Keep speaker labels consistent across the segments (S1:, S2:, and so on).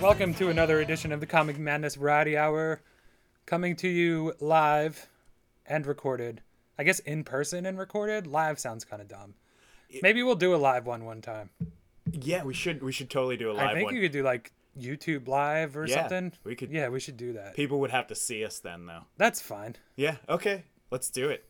S1: Welcome to another edition of the Comic Madness Variety Hour, coming to you live and recorded. I guess in person and recorded. Live sounds kind of dumb. Maybe we'll do a live one one time.
S2: Yeah, we should we should totally do a live
S1: I think
S2: one.
S1: you could do like YouTube live or
S2: Yeah,
S1: something.
S2: we could-
S1: Yeah, we should do that.
S2: People would have to see us then, though.
S1: That's fine.
S2: Yeah. Okay. Let's do it.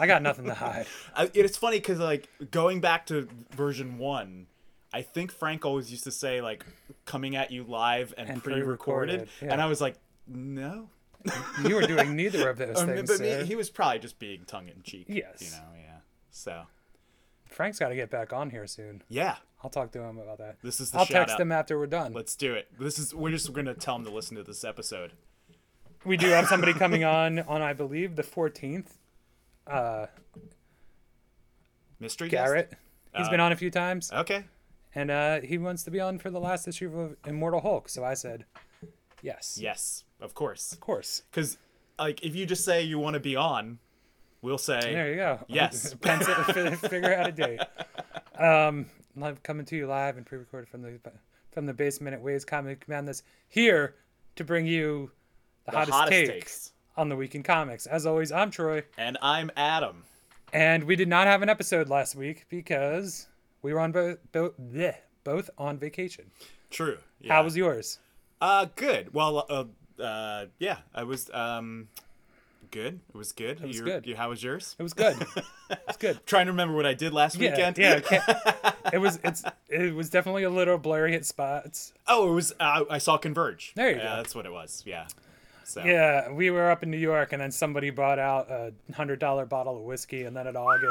S1: I got nothing to hide.
S2: I, it's funny because like going back to version one, I think Frank always used to say like coming at you live and,
S1: And
S2: pre-recorded,
S1: pre-recorded, yeah.
S2: and I was like, no.
S1: You were doing neither of those
S2: Or m-
S1: things.
S2: but me,
S1: sir.
S2: he was probably just being tongue in cheek. You
S1: Yes.
S2: know. Yeah. So
S1: Frank's got to get back on here soon.
S2: yeah,
S1: I'll talk to him about that.
S2: This is the
S1: I'll
S2: shout
S1: text
S2: out.
S1: him after we're done.
S2: let's do it. This is we're just gonna tell him to listen to this episode.
S1: we do have somebody coming on on I believe the 14th.
S2: Mystery guest?
S1: Garrett.
S2: Uh,
S1: He's been on a few times.
S2: Okay.
S1: and uh, he wants to be on for the last issue of Immortal Hulk. So I said, yes,
S2: Yes. Of course.
S1: of course.
S2: Because like if you just say you want to be on, we'll say
S1: There you go.
S2: Yes.
S1: Pencil, fi- figure out a date. Um, live coming to you live and pre-recorded from the from the basement at Waves Comic Madness here to bring you the,
S2: the
S1: hottest,
S2: hottest
S1: take
S2: takes.
S1: on the week in comics. As always, I'm Troy,
S2: And I'm Adam.
S1: and we did not have an episode last week because we were on both both bleh, both on vacation.
S2: True. Yeah.
S1: How was yours?
S2: Uh, good. Well, uh, uh, yeah, I was um, good. It was good. It
S1: was good.
S2: You, how was yours?
S1: It was good. it was good.
S2: Trying to remember what I did last
S1: Yeah,
S2: weekend.
S1: yeah. it can't- It was it's it was definitely a little blurry at spots.
S2: Oh, it was. Uh, I saw Converge.
S1: There you
S2: yeah,
S1: go.
S2: That's what it was. Yeah. So,
S1: Yeah, we were up in New York, and then somebody brought out a hundred dollar bottle of whiskey, and then it all gets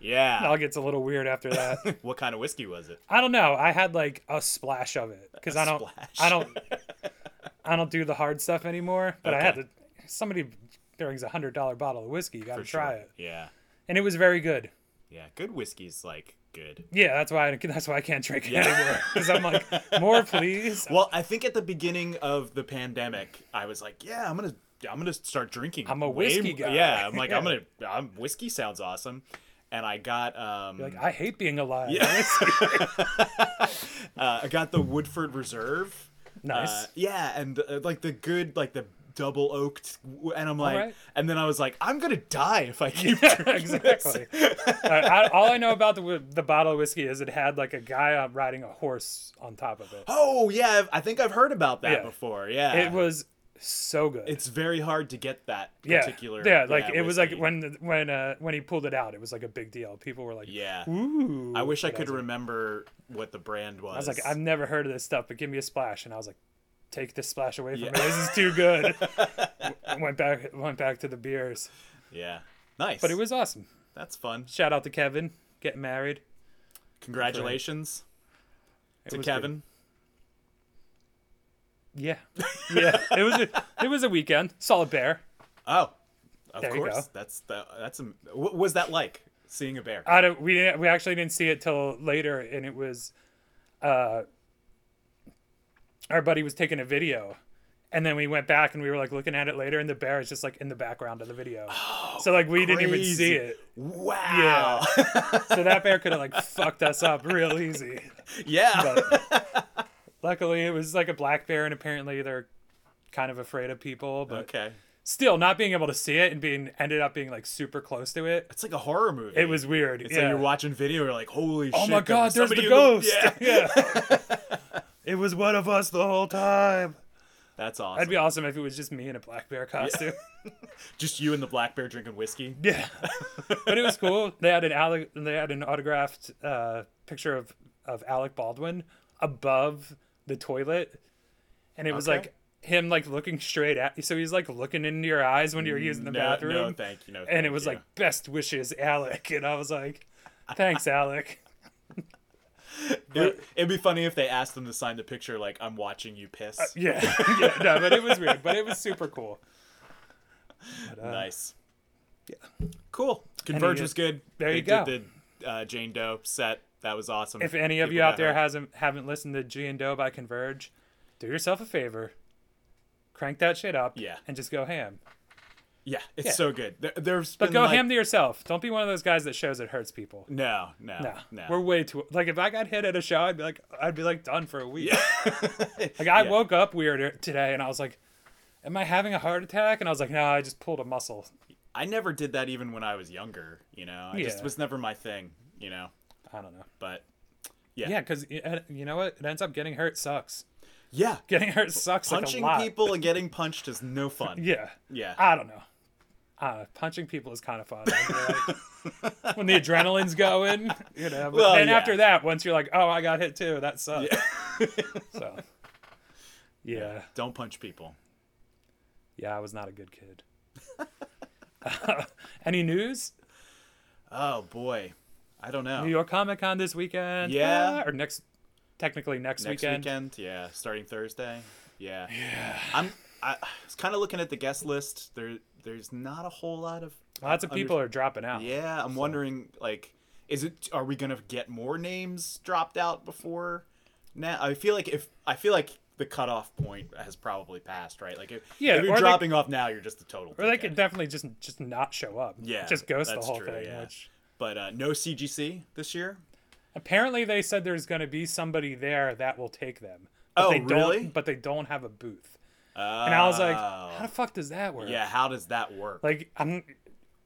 S1: it
S2: Yeah.
S1: all gets a little weird after that.
S2: What kind of whiskey was it?
S1: I don't know. I had like a splash of it because I don't
S2: splash.
S1: I don't I don't do the hard stuff anymore. But I had
S2: Okay.
S1: to. Somebody brings a hundred dollar bottle of whiskey. You got to
S2: For sure.
S1: try it,
S2: Yeah.
S1: and it was very good.
S2: Yeah. Good whiskey's like good.
S1: Yeah, that's why I, that's why I can't drink it anymore because I'm like more please.
S2: Well, I think at the beginning of the pandemic, I was like, yeah, I'm gonna, I'm gonna start drinking.
S1: I'm a
S2: way
S1: whiskey
S2: mo-
S1: guy.
S2: Yeah. I'm like, I'm
S1: Yeah.
S2: gonna, I'm whiskey sounds awesome, and I got um,
S1: Like I hate being alive.
S2: Uh, I got the Woodford Reserve.
S1: Nice.
S2: Uh, yeah, and uh, like the good, like the double oaked, and I'm like,
S1: right.
S2: and then I was like, I'm gonna die if I keep drinking this.
S1: exactly. All, right, I, all I know about the whi- the bottle of whiskey is it had like a guy uh, riding a horse on top of it.
S2: Oh yeah, I've- I think I've heard about that
S1: Yeah.
S2: before. Yeah,
S1: It was so good.
S2: It's very hard to get that
S1: yeah,
S2: particular.
S1: yeah, like it was like
S2: whiskey.
S1: when the- when uh when he pulled it out, it was like a big deal. People were like,
S2: Yeah,
S1: "Ooh!"
S2: I wish I
S1: but
S2: could
S1: was like-
S2: remember what the brand was.
S1: I was like, "I've never heard of this stuff, but give me a splash." And I was like, "Take this splash away from
S2: Yeah.
S1: me. This is too good." W- went back went back to the beers,
S2: yeah, nice.
S1: but it was awesome.
S2: that's fun.
S1: Shout out to Kevin getting married.
S2: Congratulations
S1: It
S2: to
S1: was good.
S2: Kevin.
S1: Yeah, yeah. It was a, it was a weekend. Solid bear.
S2: Oh, of
S1: There you
S2: course.
S1: go.
S2: That's the that's a, what was that like seeing a bear?
S1: I don't. We didn't, we actually didn't see it till later, and it was, uh, our buddy was taking a video, and then we went back and we were like looking at it later, and the bear is just like in the background of the video. so like we didn't even see
S2: Oh, crazy.
S1: it.
S2: Wow.
S1: So that bear could have like fucked us up real easy.
S2: Yeah.
S1: Luckily, it was like a black bear, and apparently they're kind of afraid of people, but
S2: okay.
S1: still not being able to see it and being ended up being like super close to it.
S2: It's like a horror movie.
S1: It was weird.
S2: It's
S1: yeah.
S2: like you're watching video. You're like, holy shit.
S1: Oh my god, there's the
S2: somebody in
S1: ghost.
S2: Yeah.
S1: Yeah. it was one of us the whole time.
S2: That's
S1: That'd
S2: awesome.
S1: be awesome if it was just me in a black bear costume.
S2: Just you and the black bear drinking whiskey.
S1: Yeah. but it was cool. They had an Alec, they had an autographed uh, picture of of Alec Baldwin above the toilet. And it was
S2: Okay.
S1: like him like looking straight at you. So he's like looking into your eyes when you're using the
S2: no,
S1: bathroom.
S2: No, thank you. No,
S1: and
S2: thank
S1: it was
S2: you.
S1: like best wishes, Alec. And I was like, Thanks, Alec.
S2: It, would be funny if they asked them to sign the picture, like, I'm watching you piss.
S1: Yeah, yeah, no, but it was weird, but it was super cool. Uh,
S2: nice. Yeah. Cool. Converge
S1: you-
S2: was good.
S1: there
S2: they
S1: you go.
S2: Did the uh, Jane Doe set. That was awesome.
S1: If any of
S2: People
S1: you out
S2: got
S1: there
S2: hurt.
S1: hasn't haven't listened to G and Doe by Converge, do yourself a favor, crank that shit up,
S2: Yeah.
S1: and just go ham.
S2: Yeah, it's so good. There, there's
S1: But
S2: been,
S1: go
S2: like-
S1: ham to yourself. Don't be one of those guys that shows it hurts people.
S2: No, no,
S1: No,
S2: no.
S1: we're way too like if I got hit at a show, I'd be like, I'd be like done for a week. like I
S2: Yeah.
S1: woke up weird today, and I was like, "Am I having a heart attack?" And I was like, "No, I just pulled a muscle."
S2: I never did that even when I was younger. You know, it
S1: Yeah.
S2: just was never my thing. You know,
S1: I don't know.
S2: but
S1: Yeah, because you know what, it ends up getting hurt sucks.
S2: yeah,
S1: Getting hurt sucks
S2: punching
S1: like a lot.
S2: people and getting punched is no fun.
S1: Yeah, Ah.
S2: yeah,
S1: I don't know. I don't know. Punching people is kind of fun. I feel like. when the adrenaline's going, you know. But
S2: Well,
S1: then
S2: yeah.
S1: after that, once you're like, "Oh, I got hit too," that sucks. so, yeah.
S2: Don't punch people.
S1: Yeah, I was not a good kid. Any news?
S2: Oh boy, I don't know.
S1: New York Comic Con this weekend.
S2: Yeah.
S1: Ah, or next, technically next,
S2: Next
S1: weekend.
S2: yeah, starting Thursday. Yeah, yeah. I'm. I was kind of looking at the guest list. There, there's not a whole lot of.
S1: Lots of
S2: under-
S1: people are dropping out.
S2: Yeah, I'm wondering like is it are we going to get more names dropped out before now I feel like if I feel like the cutoff point has probably passed, right? Like if,
S1: Yeah,
S2: if
S1: or
S2: you're
S1: they-
S2: dropping off now, you're just a total.
S1: Or they
S2: dickhead.
S1: could definitely just just not show up.
S2: Yeah,
S1: Just ghost the
S2: that's
S1: whole
S2: true,
S1: thing.
S2: yeah.
S1: Which
S2: But uh, no CGC this year.
S1: apparently they said there's going to be somebody there that will take them. But
S2: Oh,
S1: they don't,
S2: really?
S1: But they don't have a booth. And I was like, how the fuck does that work?
S2: Oh. yeah, how does that work?
S1: Like I'm,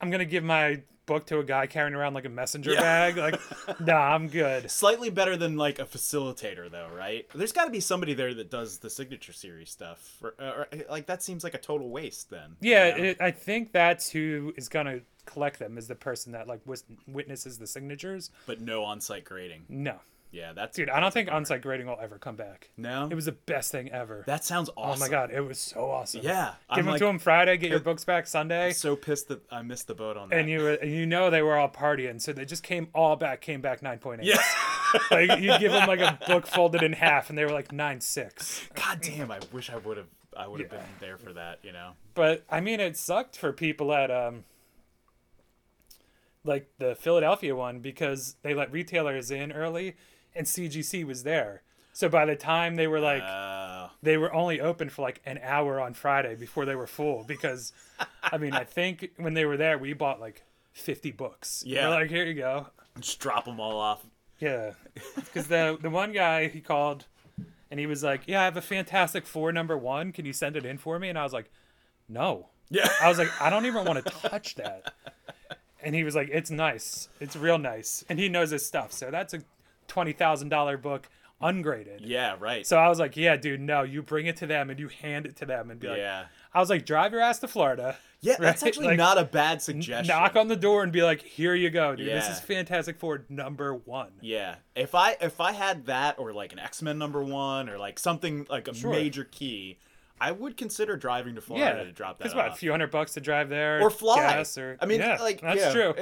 S1: I'm gonna give my book to a guy carrying around like a messenger
S2: Yeah.
S1: bag. Like, nah, I'm good.
S2: Slightly better than like a facilitator, though, right? There's got to be somebody there that does the signature series stuff. Or, or, like that seems like a total waste. Then. you
S1: Yeah,
S2: know?
S1: it, I think that's who is gonna collect them is the person that like wis- witnesses the signatures.
S2: but no on-site grading.
S1: No,
S2: Yeah, that's
S1: dude, I don't think on-site grading will ever come back.
S2: No.
S1: It was the best thing ever.
S2: That sounds
S1: oh
S2: awesome.
S1: my god, it was so awesome.
S2: Yeah,
S1: give
S2: I'm
S1: them
S2: like
S1: to them Friday. Get your books back Sunday.
S2: so pissed that I missed the boat on that.
S1: And you and you know they were all partying, so they just came all back. Came back nine point eight.
S2: yeah.
S1: Like you give them like a book folded in half, and they were like nine six.
S2: God damn, I wish I would have I would have
S1: Yeah.
S2: been there for that, you know.
S1: But I mean, it sucked for people at um, like the Philadelphia one because they let retailers in early, and CGC was there. So by the time they were like,
S2: Uh,
S1: they were only open for like an hour on Friday before they were full because, I mean, I think when they were there, we bought like fifty books.
S2: Yeah.
S1: we're like, here you go.
S2: just drop them all off.
S1: Yeah, because the the one guy he called, and he was like, "Yeah, I have a Fantastic Four number one. Can you send it in for me?" And I was like, "No."
S2: Yeah.
S1: I was like, "I don't even want to touch that." And he was like, "It's nice. It's real nice." And he knows his stuff, so that's a twenty thousand dollar book, ungraded.
S2: Yeah, right.
S1: So I was like, "Yeah, dude, no. You bring it to them and you hand it to them and be like."
S2: yeah.
S1: I was like, "Drive your ass to Florida."
S2: Yeah, that's
S1: right,
S2: actually
S1: like,
S2: not a bad suggestion.
S1: Knock on the door and be like, "Here you go, dude. This
S2: Yeah.
S1: is Fantastic Four number one."
S2: yeah. If I if I had that or like an X-Men number 1 or like something like a
S1: Sure.
S2: major key, I would concer driving to Florida to drop that
S1: It's about a
S2: off.
S1: few hundred bucks to drive there
S2: Or fly.
S1: gas, or-
S2: I mean,
S1: yeah,
S2: like,
S1: that's
S2: yeah.
S1: true.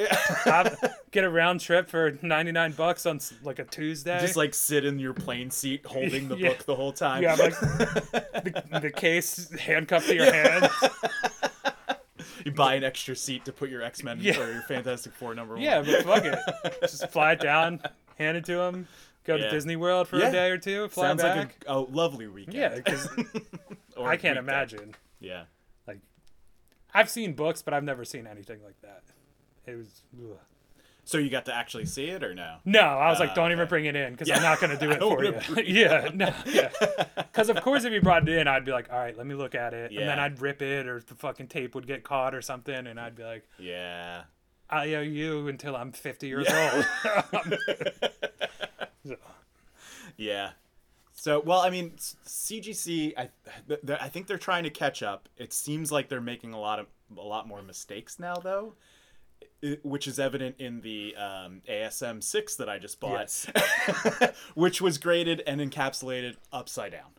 S1: Have- get a round trip for ninety nine bucks on s- like a Tuesday.
S2: just like sit in your plane seat holding the
S1: Yeah.
S2: book the whole time.
S1: you have like the, the case handcuffed to your hand.
S2: you buy an extra seat to put your X-Men
S1: Yeah.
S2: or your Fantastic Four number 1.
S1: Yeah, but fuck it. Just fly it down, hand it to him. Go to
S2: Yeah.
S1: Disney World for
S2: Yeah.
S1: a day or two. Fly
S2: Sounds
S1: back.
S2: like a, a lovely weekend.
S1: yeah, because
S2: Or
S1: I can't
S2: weekday.
S1: imagine.
S2: Yeah.
S1: Like, I've seen books, but I've never seen anything like that. It was. ugh.
S2: So you got to actually see it or no?
S1: No, I was like,
S2: Ah,
S1: don't even
S2: okay.
S1: bring it in because
S2: Yeah.
S1: I'm not gonna do
S2: I
S1: it for
S2: wouldn't
S1: you. yeah, no, yeah. Because of course, if you brought it in, I'd be like, all right, let me look at it, and then
S2: Yeah.
S1: I'd rip it, or the fucking tape would get caught or something, and I'd be like,
S2: Yeah.
S1: I owe you until I'm 50 years old.
S2: Yeah. So well, I mean, s- CGC, I th- th- I think they're trying to catch up. It seems like they're making a lot of a lot more mistakes now, though, i- which is evident in the um, ASM six that I just bought, which was graded and encapsulated upside down,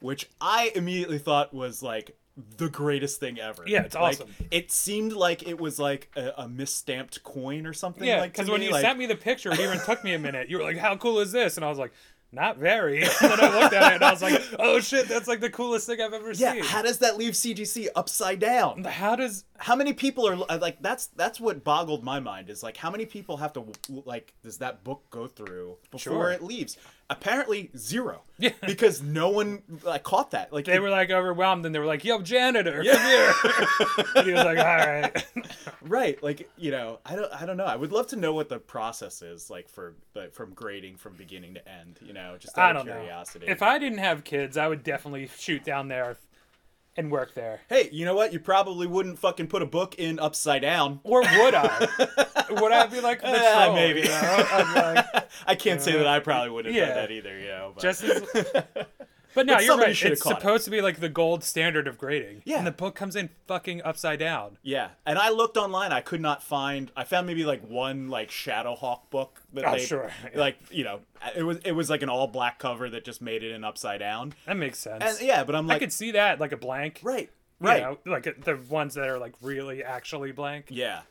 S2: which I immediately thought was like the greatest thing ever.
S1: Yeah, it's
S2: Like,
S1: awesome.
S2: It seemed like it was like a, a misstamped coin or something.
S1: yeah,
S2: like, to
S1: because when
S2: me,
S1: you
S2: like-
S1: sent me the picture, it even took me a minute. You were like, how cool is this? And I was like, not very. And then I looked at it and I was like, oh shit, that's like the coolest thing I've ever
S2: Yeah,
S1: seen.
S2: how does that leave CGC upside down?
S1: How does
S2: how many people are uh, like that's that's what boggled my mind is like how many people have to like does that book go through before
S1: Sure.
S2: it leaves apparently zero
S1: Yeah.
S2: because no one like caught that like
S1: They were like overwhelmed, and they were like, "Yo, janitor, come here!" and he was like, "All right."
S2: right like you know i don't i don't know i would love to know what the process is like for like from grading from beginning to end you know just out
S1: I don't
S2: of curiosity
S1: know. If I didn't have kids, I would definitely shoot down there and work there.
S2: hey you know what you probably wouldn't fucking put a book in upside down
S1: Or would I? would I be like the
S2: Eh,
S1: troll,
S2: maybe.
S1: You know? I'd be like,
S2: i can't say that i probably wouldn't have
S1: Uh, Yeah.
S2: done that either you know but.
S1: just as. But no,
S2: But
S1: you're
S2: somebody
S1: right.
S2: should have
S1: It's
S2: caught it.
S1: supposed to be like the gold standard of grading.
S2: Yeah.
S1: And the book comes in fucking upside down.
S2: Yeah, and I looked online. I could not find. I found maybe like one like Shadowhawk book that
S1: Oh,
S2: they
S1: sure.
S2: like you know it was it was like an all black cover that just made it an upside down.
S1: That makes sense.
S2: And yeah, but I'm
S1: I
S2: like
S1: could see that like a blank.
S2: right,
S1: you
S2: right,
S1: know, like the ones that are like really actually blank.
S2: yeah,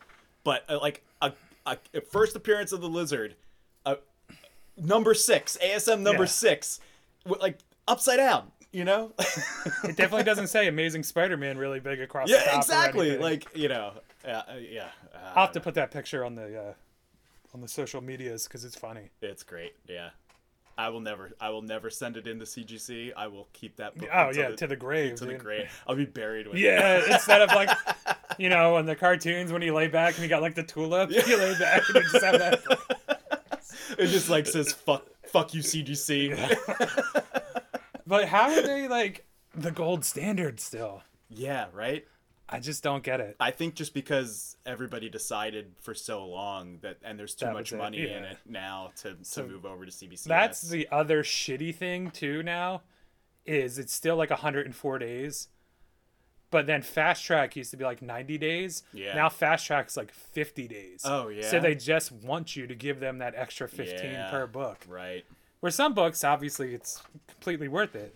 S2: but uh, like a, a, a first appearance of the lizard, uh, number six ASM number
S1: Yeah.
S2: six, w- like upside down. You know,
S1: It definitely doesn't say Amazing Spider-Man really big across the top.
S2: yeah,
S1: or
S2: exactly.
S1: anything.
S2: Like you know, uh, uh, yeah, uh,
S1: I'll have to put that picture on the uh, on the social medias because it's funny.
S2: It's great. Yeah. I will never I will never send it into CGC. I will keep that book
S1: Oh
S2: until
S1: yeah, to the grave.
S2: to the
S1: dude.
S2: grave. I'll be buried with it.
S1: Yeah, instead of like, you know, in the cartoons when you lay back and you got like the tulip, you lay back and you just have that.
S2: It just like says fuck fuck you CGC. Yeah.
S1: But how are they like the gold standard still?
S2: right?
S1: I just don't get it.
S2: I think just because everybody decided for so long that and there's too
S1: That
S2: much
S1: was it,
S2: money in
S1: yeah.
S2: it now to to move over to CBC.
S1: That's the other shitty thing too now is it's still like 104 days. But then fast track used to be like 90 days.
S2: Yeah.
S1: Now fast track's like 50 days.
S2: Oh,
S1: So
S2: yeah?
S1: they just want you to give them that extra 15
S2: Yeah.
S1: per book.
S2: right.
S1: Where some books obviously it's completely worth it.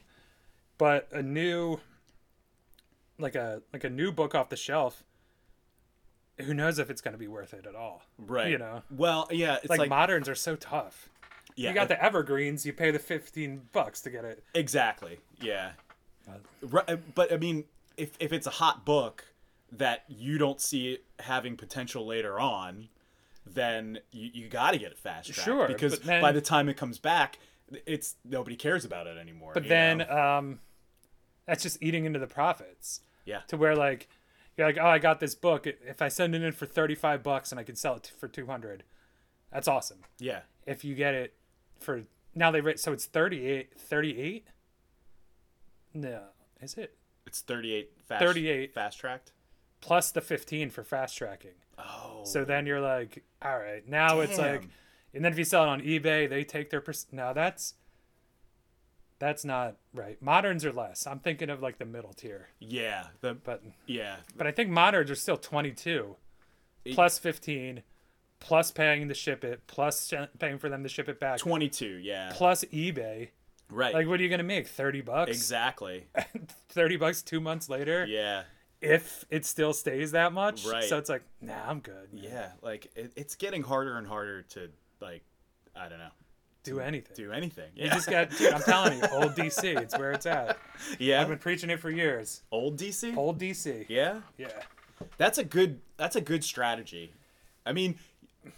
S1: But a new like a like a new book off the shelf who knows if it's going to be worth it at all.
S2: Right.
S1: You know.
S2: Well, yeah, it's
S1: Like,
S2: like,
S1: moderns are so tough.
S2: yeah,
S1: You got the evergreens. You pay the fifteen bucks to get it.
S2: Exactly. Yeah.
S1: Uh,
S2: Ri- But I mean, if if it's a hot book that you don't see it having potential later on, then you, you got to get it fast tracked.
S1: Sure,
S2: Because
S1: but then-
S2: by the time it comes back, it's nobody cares about it anymore.
S1: But
S2: you
S1: then,
S2: know?
S1: um, that's just eating into the profits
S2: yeah,
S1: to where like you're like, oh, I got this book. If I send it in for thirty five bucks and I can sell it for two hundred, that's awesome.
S2: yeah,
S1: If you get it for now, they rate so it's 38 38? No, is it
S2: it's thirty eight fast
S1: 38.
S2: fast tracked.
S1: plus the fifteen for fast tracking?
S2: Oh,
S1: So then you're like, all right, now it's like,
S2: Damn.
S1: and then if you sell it on eBay, they take their perc No, that's that's not right. Moderns are less. I'm thinking of like the middle tier,
S2: yeah, the
S1: but
S2: yeah,
S1: but I think moderns are still 22, plus 15, plus paying to ship it, plus sh- paying for them to ship it back,
S2: twenty two. Yeah,
S1: plus eBay.
S2: right.
S1: Like, what are you gonna make? 30 bucks?
S2: exactly.
S1: 30 bucks two months later,
S2: Yeah.
S1: if it still stays that much.
S2: Right.
S1: So it's like, nah, I'm good.
S2: Yeah, like it, it's getting harder and harder to like, I don't know,
S1: Do anything.
S2: do anything.
S1: You
S2: Yeah.
S1: just got, dude, I'm telling you, old DC, it's where it's at.
S2: yeah.
S1: I've been preaching it for years.
S2: old DC.
S1: Old DC.
S2: Yeah,
S1: Yeah.
S2: that's a good that's a good strategy. I mean,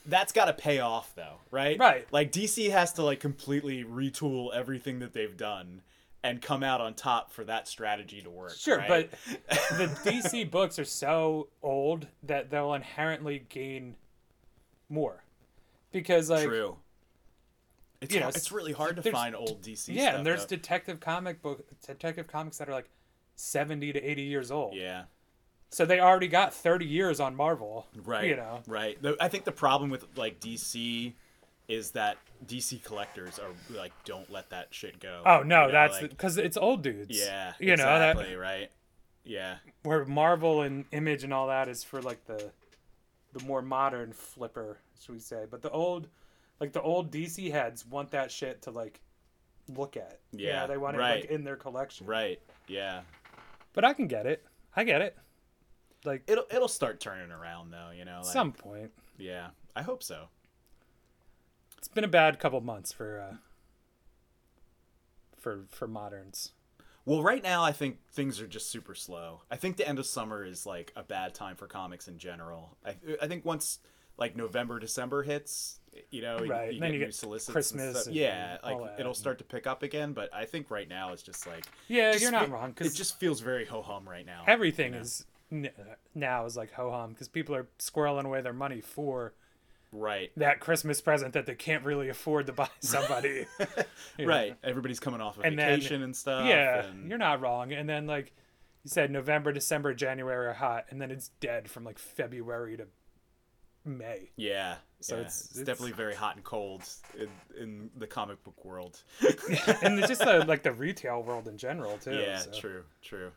S2: that's got to pay off though, right?
S1: Right.
S2: Like DC has to like completely retool everything that they've done and come out on top for that strategy to work.
S1: Sure,
S2: right?
S1: but the DC books are so old that they'll inherently gain more. Because like
S2: true. It's,
S1: you know,
S2: har- it's really hard to
S1: there's-
S2: find old DC.
S1: yeah,
S2: stuff,
S1: and there's
S2: though.
S1: detective comic book detective comics that are like 70 to 80 years old.
S2: yeah.
S1: So they already got 30 years on Marvel.
S2: Right.
S1: You know.
S2: Right. The- I think the problem with like DC is that DC collectors are like don't let that shit go.
S1: Oh no,
S2: You know,
S1: that's
S2: like,
S1: because it's old dudes.
S2: yeah.
S1: you know
S2: exactly,
S1: that
S2: right. Yeah.
S1: where Marvel and Image and all that is for like the the more modern flipper, should we say? But the old, like the old DC heads want that shit to like look at. You know,
S2: Yeah,
S1: they want it
S2: right.
S1: like in their collection.
S2: Right. Yeah.
S1: But I can get it. I get it. Like at
S2: It'll it'll start turning around though, you know. Like,
S1: some point.
S2: Yeah. I hope so.
S1: It's been a bad couple months for uh for for moderns.
S2: Well, right now I think things are just super slow. I think the end of summer is like a bad time for comics in general. I I think once like November December hits, you know, you-
S1: Right,
S2: you,
S1: then
S2: get
S1: you
S2: new
S1: get
S2: solicits, and
S1: Christmas
S2: stuff.
S1: and
S2: yeah,
S1: all
S2: like
S1: that.
S2: it'll start to pick up again. But I think right now it's just like
S1: Yeah,
S2: just
S1: you're not
S2: fe-
S1: wrong, 'cause-
S2: It just feels very ho hum right now.
S1: Everything is n- now is like ho hum because people are squirreling away their money for
S2: right,
S1: that Christmas present that they can't really afford to buy somebody. Yeah.
S2: right. Everybody's coming off of
S1: And then-
S2: vacation and stuff.
S1: yeah,
S2: and-
S1: you're not wrong. And then like you said, November, December, January are hot, and then it's dead from like February to May.
S2: Yeah.
S1: So
S2: yeah.
S1: it's-
S2: It's,
S1: it's-
S2: definitely very hot and cold in, in the comic book world.
S1: and it's just the, like the retail world in general too.
S2: yeah,
S1: so.
S2: true, true.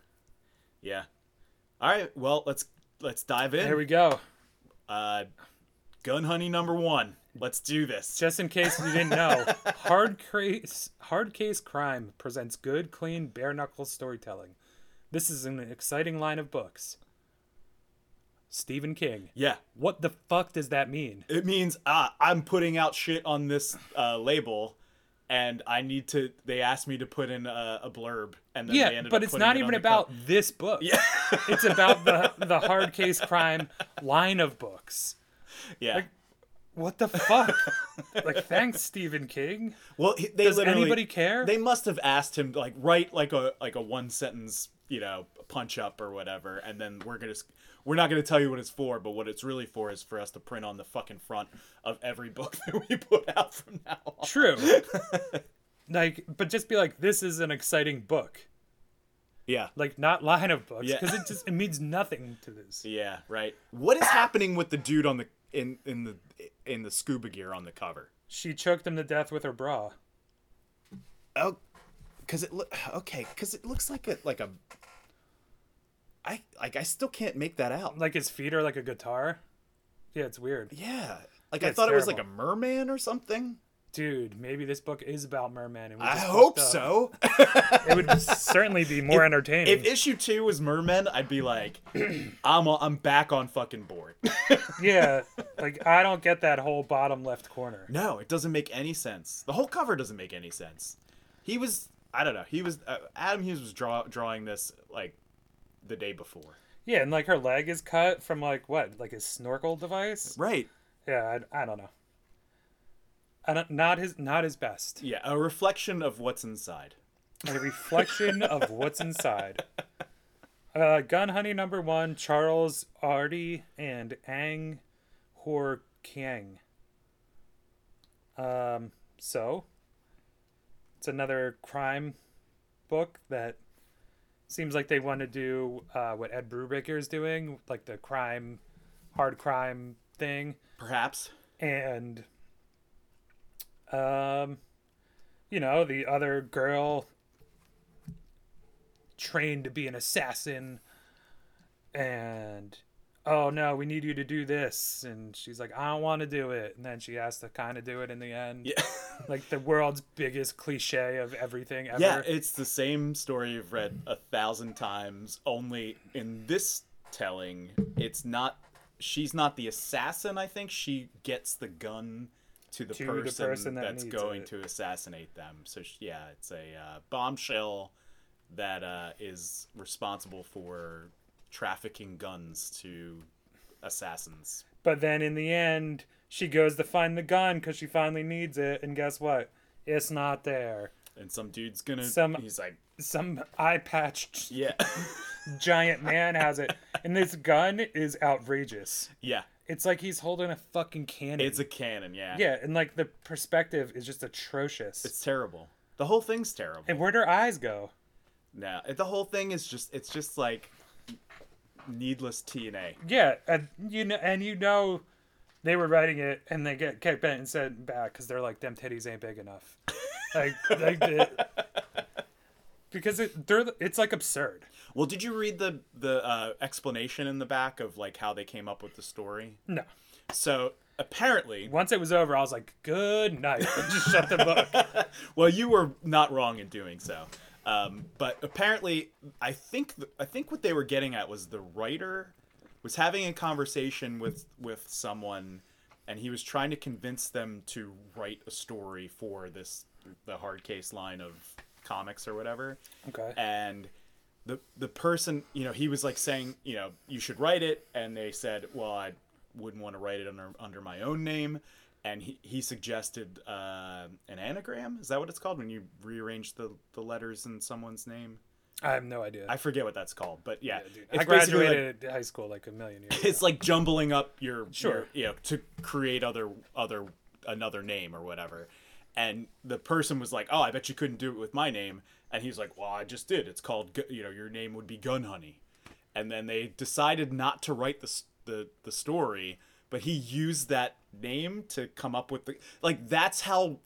S2: Yeah. All right, well, let's let's dive in.
S1: There we go.
S2: uh Gun Honey number 1. Let's do this.
S1: Just in case you didn't know, Hard Case Hard Case Crime presents good, clean, bare knuckles storytelling. This is an exciting line of books. Stephen King.
S2: Yeah.
S1: What the fuck does that mean?
S2: It means ah, I'm putting out shit on this uh, label and I need to they asked me to put in a, a blurb and then they
S1: Yeah,
S2: ended
S1: but
S2: up
S1: it's
S2: putting
S1: not
S2: it on
S1: even
S2: the cover.
S1: about this book. Yeah. it's about the the Hard Case Crime line of books.
S2: Yeah.
S1: What the fuck? like thanks Stephen King.
S2: Well, he- they
S1: Does
S2: literally-
S1: anybody care?
S2: They must have asked him to like write like a like a one sentence, you know, punch up or whatever, and then we're gonna s- we're not gonna tell you what it's for, but what it's really for is for us to print on the fucking front of every book that we put out from now on.
S1: True. like, but just be like, this is an exciting book.
S2: Yeah.
S1: Like, not line of books,
S2: Yeah.
S1: because it just it means nothing to this.
S2: Yeah. Right. What is happening with the dude on the in in the in the scuba gear on the cover?
S1: She choked him to death with her bra.
S2: Oh, because it look okay. Because it looks like a like a. I like I still can't make that out.
S1: Like his feet are like a guitar. Yeah, it's weird,
S2: Yeah. Like I
S1: it's
S2: thought it was like a
S1: terrible.
S2: merman or something.
S1: dude. Maybe this book is about merman. And we
S2: I
S1: just
S2: hope
S1: fucked up.
S2: so.
S1: It would certainly be more entertaining.
S2: if issue two was mermen, I'd be like, I'm i I'm back on fucking board.
S1: yeah, like I don't get that whole bottom left corner.
S2: no, it doesn't make any sense. The whole cover doesn't make any sense. He was I don't know. He was uh, Adam Hughes was draw, drawing this like the day before.
S1: Yeah, and like her leg is cut from like what, like his snorkel device.
S2: Right.
S1: Yeah, I, I don't know. I don't, not his not his best.
S2: Yeah, a reflection of what's inside.
S1: a reflection of what's inside. Uh, Gun Honey number one, Charles Arty and Ang Hor Kiang. Um, so it's another crime book that seems like they want to do uh, what Ed Brubaker is doing, like the crime, hard crime thing
S2: Perhaps.
S1: and um you know the other girl trained to be an assassin and oh no we need you to do this and she's like i don't want to do it and then she has to kind of do it in the end
S2: Yeah.
S1: like the world's biggest cliche of everything ever
S2: Yeah, it's the same story you've read a thousand times, only in this telling, it's not she's not the assassin, I think. She gets the gun to the,
S1: To the
S2: person,
S1: person that
S2: that's
S1: needs
S2: going
S1: it.
S2: to assassinate them. So sh yeah, it's a uh, bombshell that uh, is responsible for trafficking guns to assassins.
S1: But then in the end, she goes to find the gun because she finally needs it. And guess what? It's not there.
S2: And some dude's gonna
S1: Some-
S2: he's like
S1: Some eye patched
S2: Yeah.
S1: giant man has it. And this gun is outrageous.
S2: yeah.
S1: It's like he's holding a fucking cannon.
S2: It's a cannon, yeah.
S1: yeah, and like the perspective is just atrocious.
S2: It's terrible. The whole thing's terrible.
S1: and where'd her eyes go?
S2: No, it- the whole thing is just it's just like needless TNA.
S1: Yeah, and you know, and you know, they were writing it, and they get kicked back and sent back because they're like, "Them titties ain't big enough," like, like the, because it, they're it's like absurd.
S2: Well, did you read the the uh, explanation in the back of like how they came up with the story?
S1: No,
S2: So apparently,
S1: Once it was over, I was like, "Good night," and just shut the book.
S2: well, you were not wrong in doing so. Um, but apparently, I think th- I think what they were getting at was the writer was having a conversation with with someone, and he was trying to convince them to write a story for this the hard case line of comics or whatever.
S1: Okay.
S2: And the the person, you know, he was like saying, you know, you should write it, and they said, well, I wouldn't want to write it under under my own name, and he he suggested uh, an anagram. Is that what it's called when you rearrange the the letters in someone's name?
S1: I have no idea.
S2: I forget what that's called, but yeah,
S1: Dude,
S2: it's
S1: I
S2: basically, like-
S1: graduated high school like a million years. ago.
S2: it's like jumbling up your
S1: Sure.
S2: your- you know to create other other another name or whatever and the person was like oh i bet you couldn't do it with my name and he's like well i just did it's called Gu- you know your name would be gun honey and then they decided not to write the s- the, the story but he used that name to come up with the like that's how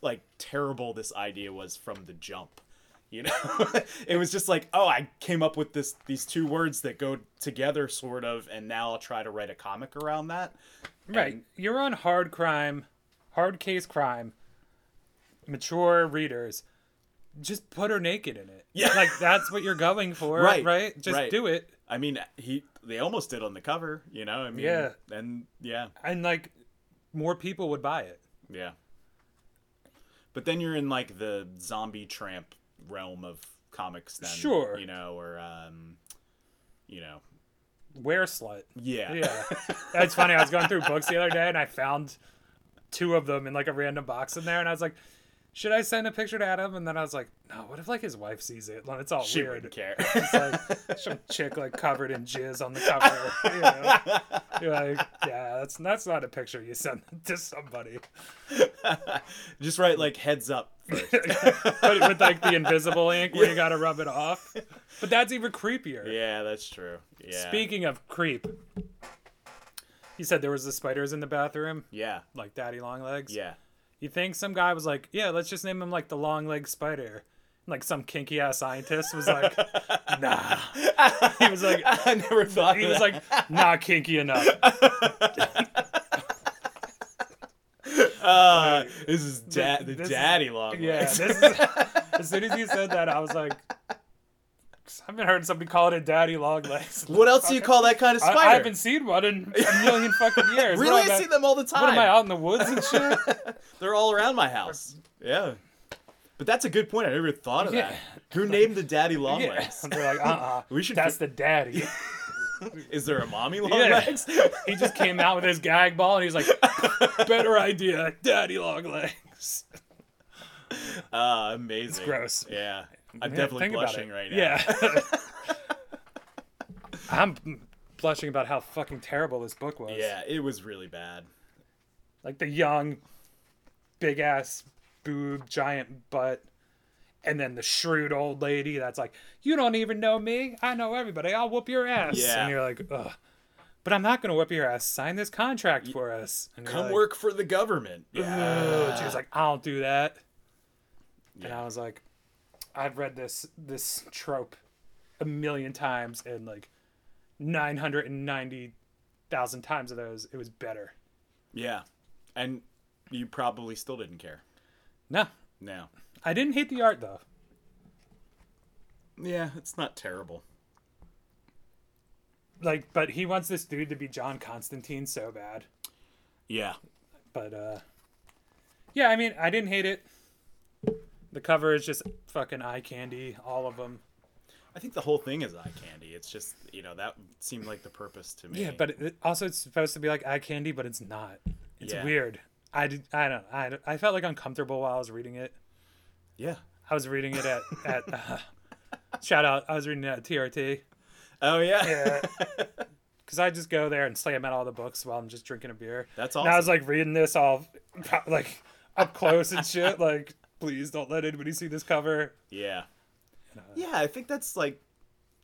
S2: like terrible this idea was from the jump you know it was just like oh i came up with this these two words that go together sort of and now i'll try to write a comic around that
S1: Right. You're on hard crime, hard case crime, mature readers. Just put her naked in it.
S2: Yeah.
S1: Like that's what you're going for.
S2: Right,
S1: Right. Right. Just
S2: right.
S1: do it.
S2: i mean he they almost did on the cover you know i mean
S1: Yeah.
S2: and yeah
S1: And like more people would buy it.
S2: yeah but then you're in like the zombie tramp realm of comics then
S1: Sure.
S2: you know or um you know
S1: Wear slut.
S2: yeah
S1: Yeah. That's funny. I was going through books the other day and I found two of them in like a random box in there and I was like, should I send a picture to Adam? And then I was like, no, what if like his wife sees it? Like, it's all
S2: she
S1: weird.
S2: wouldn't care
S1: It's like some chick like covered in jizz on the cover. You know? You're like, yeah, that's that's not a picture you send to somebody.
S2: just write like heads up first.
S1: But with like the invisible ink where you gotta rub it off. But that's even creepier.
S2: yeah that's true yeah
S1: Speaking of creep, you said there was the spiders in the bathroom,
S2: yeah
S1: like Daddy Longlegs.
S2: yeah
S1: You think some guy was like, yeah, let's just name him like the long leg spider. And, Like some kinky ass scientist was like, nah. He was like,
S2: I never thought
S1: he
S2: of
S1: was
S2: that.
S1: like not kinky enough.
S2: Uh, this is da- the
S1: this is-
S2: daddy long
S1: Yeah,
S2: legs.
S1: this is, as soon as you said that, I was like, I haven't heard somebody call it a daddy long legs.
S2: What else do you call that kind of
S1: I,
S2: spider?
S1: I haven't seen one in a million fucking years.
S2: really,
S1: What
S2: I
S1: am
S2: see them all the time.
S1: What am I out in the woods and shit?
S2: They're all around my house. Yeah. But that's a good point. I never thought of
S1: Yeah.
S2: that. Who named the daddy long
S1: yeah.
S2: legs?
S1: And They're like, uh, uh
S2: We should
S1: That's the daddy.
S2: Is there a mommy long
S1: Yeah.
S2: legs?
S1: He just came out with his gag ball and he's like, better idea, daddy long legs.
S2: Uh, amazing. It's
S1: gross.
S2: Yeah. I'm
S1: Yeah,
S2: definitely
S1: think about
S2: blushing
S1: it.
S2: right now.
S1: Yeah. I'm blushing about how fucking terrible this book was.
S2: Yeah, it was really bad.
S1: like the young, big ass boob, giant butt, and then the shrewd old lady that's like, "You don't even know me. I know everybody. I'll whoop your ass."
S2: Yeah.
S1: And you're like, "Ugh." But I'm not gonna whoop your ass. Sign this contract for us. And you're
S2: Come
S1: like,
S2: work for the government.
S1: "Ugh." She
S2: Yeah.
S1: was like, "I don't do that." And
S2: Yeah.
S1: I was like, "I've read this this trope a million times, and like 990,000 times of those, it was better."
S2: yeah. And you probably still didn't care.
S1: No,
S2: No.
S1: I didn't hate the art though.
S2: Yeah, it's not terrible.
S1: like but he wants this dude to be john constantine so bad
S2: Yeah.
S1: but uh yeah i mean i didn't hate it the cover is just fucking eye candy all of them
S2: I think the whole thing is eye candy. It's just you know that seemed like the purpose to me.
S1: yeah but it, it- also it's supposed to be like eye candy but it's not it's
S2: Yeah.
S1: weird i did, i don't I, don't- I felt like uncomfortable while i was reading it
S2: yeah.
S1: i was reading it at at uh, shout out i was reading it at trt
S2: Oh yeah.
S1: because i just go there and slam at all the books while i'm just drinking a beer
S2: That's
S1: And I was
S2: awesome.
S1: like reading this all like up close and shit. Like, please don't let anybody see this cover.
S2: yeah. Yeah, I think that's like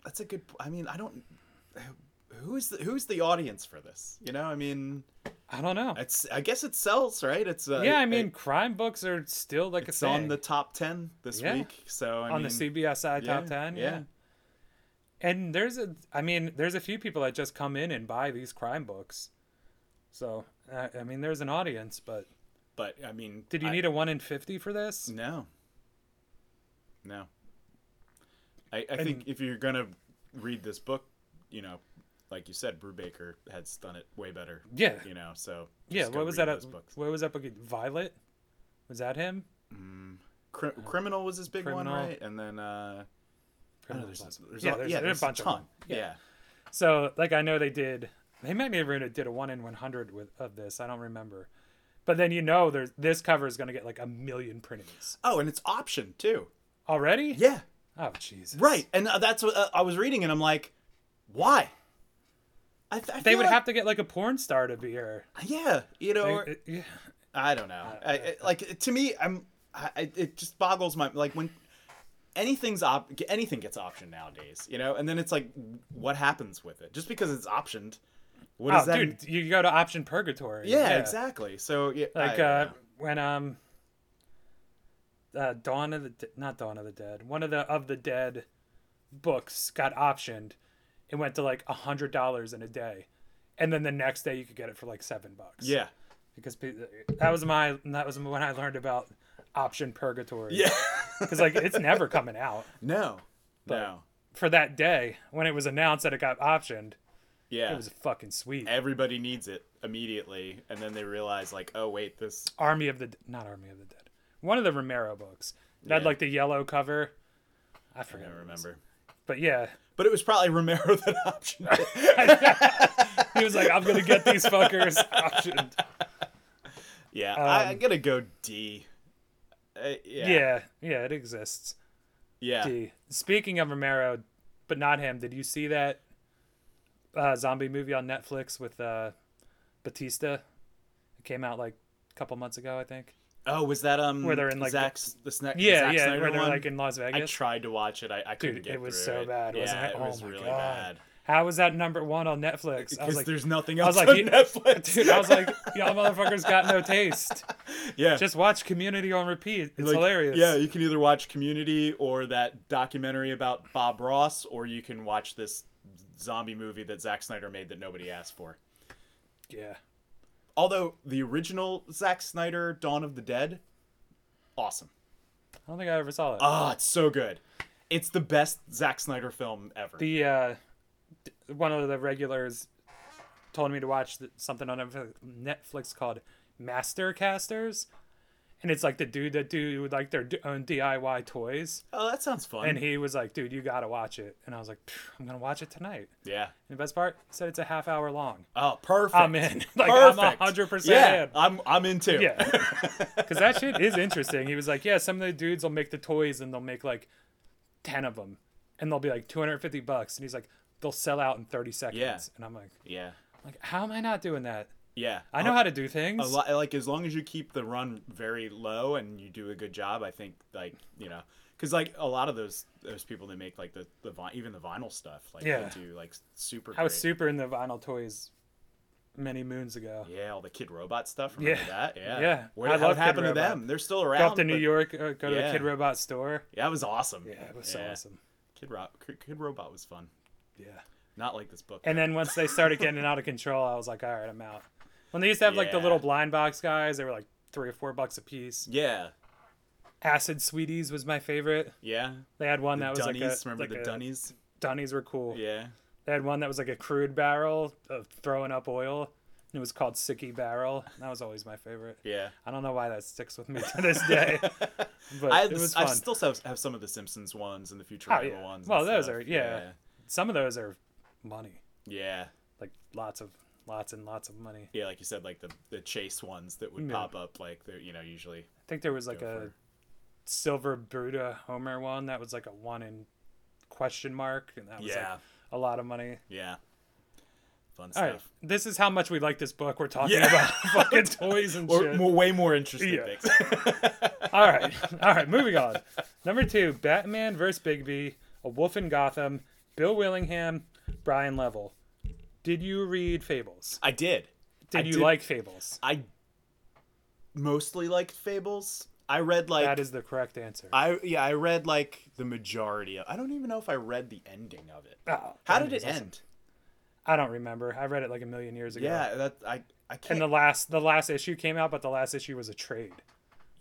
S2: that's a good. p- I mean, I don't. Who's the who's the audience for this? You know, I mean,
S1: I don't know.
S2: it's I guess it sells, right? It's uh,
S1: yeah, I
S2: it-
S1: mean, crime books are still like
S2: it's
S1: a thing.
S2: on the top ten this
S1: Yeah.
S2: week. So I
S1: on
S2: mean,
S1: the CBSI top
S2: yeah,
S1: ten. Yeah.
S2: yeah.
S1: And there's a, I mean, there's a few people that just come in and buy these crime books. So I, I mean, there's an audience, but
S2: but I mean,
S1: did you
S2: I-
S1: need a one in fifty for this?
S2: No. No. I, I think if you're gonna read this book, you know, like you said, Brubaker had done it way better.
S1: Yeah.
S2: You know, so
S1: Yeah.
S2: just go
S1: What was
S2: read
S1: that?
S2: those books.
S1: What was that book? Violet. Was that him?
S2: Cri- Criminal was his big
S1: Uh-huh. Criminal.
S2: one, right? And then uh, I don't know,
S1: Criminal's
S2: there's,
S1: awesome.
S2: there's
S1: Yeah,
S2: a,
S1: there's-
S2: yeah,
S1: there's a bunch of
S2: ton.
S1: them. Yeah.
S2: yeah.
S1: So, like, I know they did. They might even did a one in one hundred with of this. I don't remember. But then you know, there's this cover is gonna get like a million printings
S2: Oh, and it's option too.
S1: already.
S2: Yeah,
S1: Oh Jesus.
S2: right. And uh, that's what uh, I was reading, and I'm like, why? I, th- I
S1: They
S2: feel
S1: would
S2: like-
S1: have to get like a porn star to be here.
S2: Yeah, you know,
S1: They-
S2: or-
S1: it- yeah.
S2: I don't know. I, I, like to me, I'm. I, I- it just boggles my like when anything's op anything gets optioned nowadays, you know. And then it's like, what happens with it? Just because it's optioned, what
S1: Oh,
S2: does that?
S1: dude, you go to option purgatory.
S2: yeah, exactly. So yeah, I
S1: Like
S2: don't
S1: uh,
S2: know.
S1: when um, uh, Dawn of the De- not Dawn of the Dead, one of the of the Dead books got optioned. It went to like a hundred dollars in a day, and then the next day you could get it for like seven bucks.
S2: yeah,
S1: because pe- that was my that was when I learned about option purgatory.
S2: yeah.
S1: because like it's never coming out
S2: no, no,
S1: for that day when it was announced that it got optioned.
S2: yeah.
S1: It was fucking sweet.
S2: Everybody needs it immediately, and then they realize like, oh wait, this.
S1: Army of the D- not Army of the Dead, one of the Romero books. It had
S2: Yeah.
S1: like the yellow cover. I
S2: I
S1: forget.
S2: don't
S1: what it was.
S2: remember.
S1: But yeah,
S2: But it was probably Romero that optioned. it.
S1: he was like, "I'm gonna get these fuckers optioned."
S2: Yeah, I, I'm gonna go D. Uh, yeah,
S1: Um, Yeah, yeah, it exists.
S2: yeah.
S1: D. Speaking of Romero, but not him. Did you see that uh, zombie movie on Netflix with uh, Batista? It came out like a couple months ago, I think.
S2: Oh, was that um?
S1: Where they're in, like,
S2: Zack's the, snack?
S1: Yeah,
S2: Zack
S1: yeah,
S2: Snyder
S1: where they're
S2: one?
S1: like in Las
S2: I
S1: Vegas.
S2: tried to watch it. I, I couldn't
S1: Dude,
S2: get
S1: it was
S2: through
S1: so bad,
S2: Yeah,
S1: wasn't it? Oh
S2: was
S1: my
S2: really
S1: God.
S2: bad.
S1: How was that number one on Netflix? I
S2: Because
S1: was like,
S2: there's nothing
S1: I was
S2: else
S1: like,
S2: on
S1: you-
S2: Netflix.
S1: dude, I was like, y'all motherfuckers got no taste.
S2: yeah,
S1: Just watch Community on repeat. It's
S2: like,
S1: hilarious.
S2: Yeah, you can either watch Community or that documentary about Bob Ross, or you can watch this zombie movie that Zack Snyder made that nobody asked for.
S1: yeah.
S2: Although the original Zack Snyder Dawn of the Dead, awesome.
S1: I don't think I ever saw it.
S2: Ah, it's so good. It's the best Zack Snyder film ever.
S1: the uh, d- one of the regulars told me to watch th- something on Netf- Netflix called Master Casters, and it's like the dude that do like their d- own DIY toys.
S2: oh, that sounds fun.
S1: And he was like, "Dude, you gotta watch it," and I was like, "Phew, "I'm gonna watch it tonight."
S2: yeah.
S1: And the best part, he said it's a half hour long.
S2: Oh, perfect.
S1: I'm in. like I'm
S2: Perfect.
S1: hundred
S2: yeah,
S1: percent in.
S2: I'm I'm in too.
S1: Yeah, because that shit is interesting. He was like, "Yeah, some of the dudes will make the toys and they'll make like ten of them, and they'll be like 250 bucks." And he's like, "They'll sell out in 30 seconds."
S2: Yeah.
S1: And I'm like,
S2: yeah,
S1: Like, how am I not doing that?
S2: yeah.
S1: I know how to do things.
S2: A lot, like as long as you keep the run very low and you do a good job, I think like you know, because like a lot of those those people that make like the the vi- even the vinyl stuff, like
S1: Yeah.
S2: they do like super.
S1: I was
S2: great.
S1: super into vinyl toys many moons ago.
S2: Yeah, all the Kid Robot stuff. Remember
S1: Yeah.
S2: that? Yeah,
S1: Yeah.
S2: Where
S1: I
S2: the hell
S1: love Kid
S2: happened to
S1: Robot.
S2: them? They're still around.
S1: Go up to New
S2: but-
S1: York, uh, go to the
S2: Yeah.
S1: Kid Robot store.
S2: Yeah, it was awesome.
S1: Yeah, it was so awesome.
S2: Kid, Ro- Kid- Kid Robot was fun.
S1: Yeah.
S2: Not like this book.
S1: And then once they started getting out of control, I was like, all right, I'm out. When they used to have like the
S2: Yeah.
S1: little blind box guys, they were like three or four bucks a piece.
S2: yeah,
S1: Acid Sweeties was my favorite.
S2: yeah.
S1: They had one
S2: The
S1: that was
S2: Dunnies.
S1: like a
S2: Remember
S1: like
S2: the
S1: a-
S2: Dunnies?
S1: Dunnies were cool.
S2: Yeah.
S1: They had one that was like a crude barrel of throwing up oil, and it was called Sicky Barrel. That was always my favorite.
S2: Yeah.
S1: I don't know why that sticks with me to this day, but
S2: I,
S1: it was
S2: I
S1: fun.
S2: still have, have some of the Simpsons ones and the Futurama
S1: Oh, yeah.
S2: ones. and
S1: Well, those
S2: stuff.
S1: are- yeah. Some of those are money,
S2: yeah, yeah,
S1: like lots of, lots and lots of money.
S2: Yeah, Like you said, like the the Chase ones that would
S1: Yeah.
S2: pop up, like they're you know usually.
S1: I think there was like
S2: Go
S1: a
S2: for-
S1: silver Buddha Homer one that was like a one in question mark, and that was
S2: Yeah,
S1: like a lot of money.
S2: yeah. Fun
S1: All right,
S2: stuff.
S1: this is how much we like this book. We're talking
S2: Yeah.
S1: about fucking toys and
S2: Or
S1: shit.
S2: more- way more interesting
S1: Yeah.
S2: things.
S1: All right, all right, moving on. Number two, Batman vs. Bigby, A Wolf in Gotham, Bill Willingham, Brian Level. Did you read Fables?
S2: I did.
S1: Did
S2: I
S1: you like Fables?
S2: I mostly liked Fables. I read like
S1: That is the correct answer.
S2: I yeah I read like the majority of. I don't even know if I read the ending of it.
S1: Oh,
S2: How
S1: that
S2: did it
S1: is awesome.
S2: end?
S1: I don't remember. I read it like a million years ago.
S2: Yeah, that I I can't.
S1: And the last the last issue came out, but the last issue was a trade,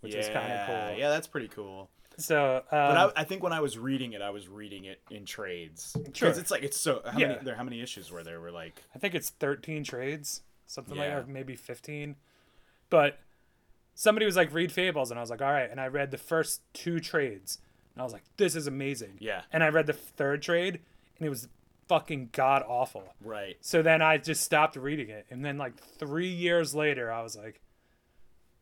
S1: which
S2: yeah,
S1: was kind of cool.
S2: Yeah, that's pretty cool.
S1: So um,
S2: But I, I think when I was reading it, I was reading it in trades.
S1: Sure.
S2: Because it's like it's so how
S1: Yeah.
S2: many there how many issues were there? Were like
S1: I think it's 13 trades, something like
S2: Yeah.
S1: that, or maybe 15. But somebody was like, read Fables, and I was like, all right. And I read the first two trades, and I was like, this is amazing.
S2: Yeah.
S1: And I read the third trade, and it was fucking god awful.
S2: Right.
S1: So then I just stopped reading it, and then like three years later, I was like,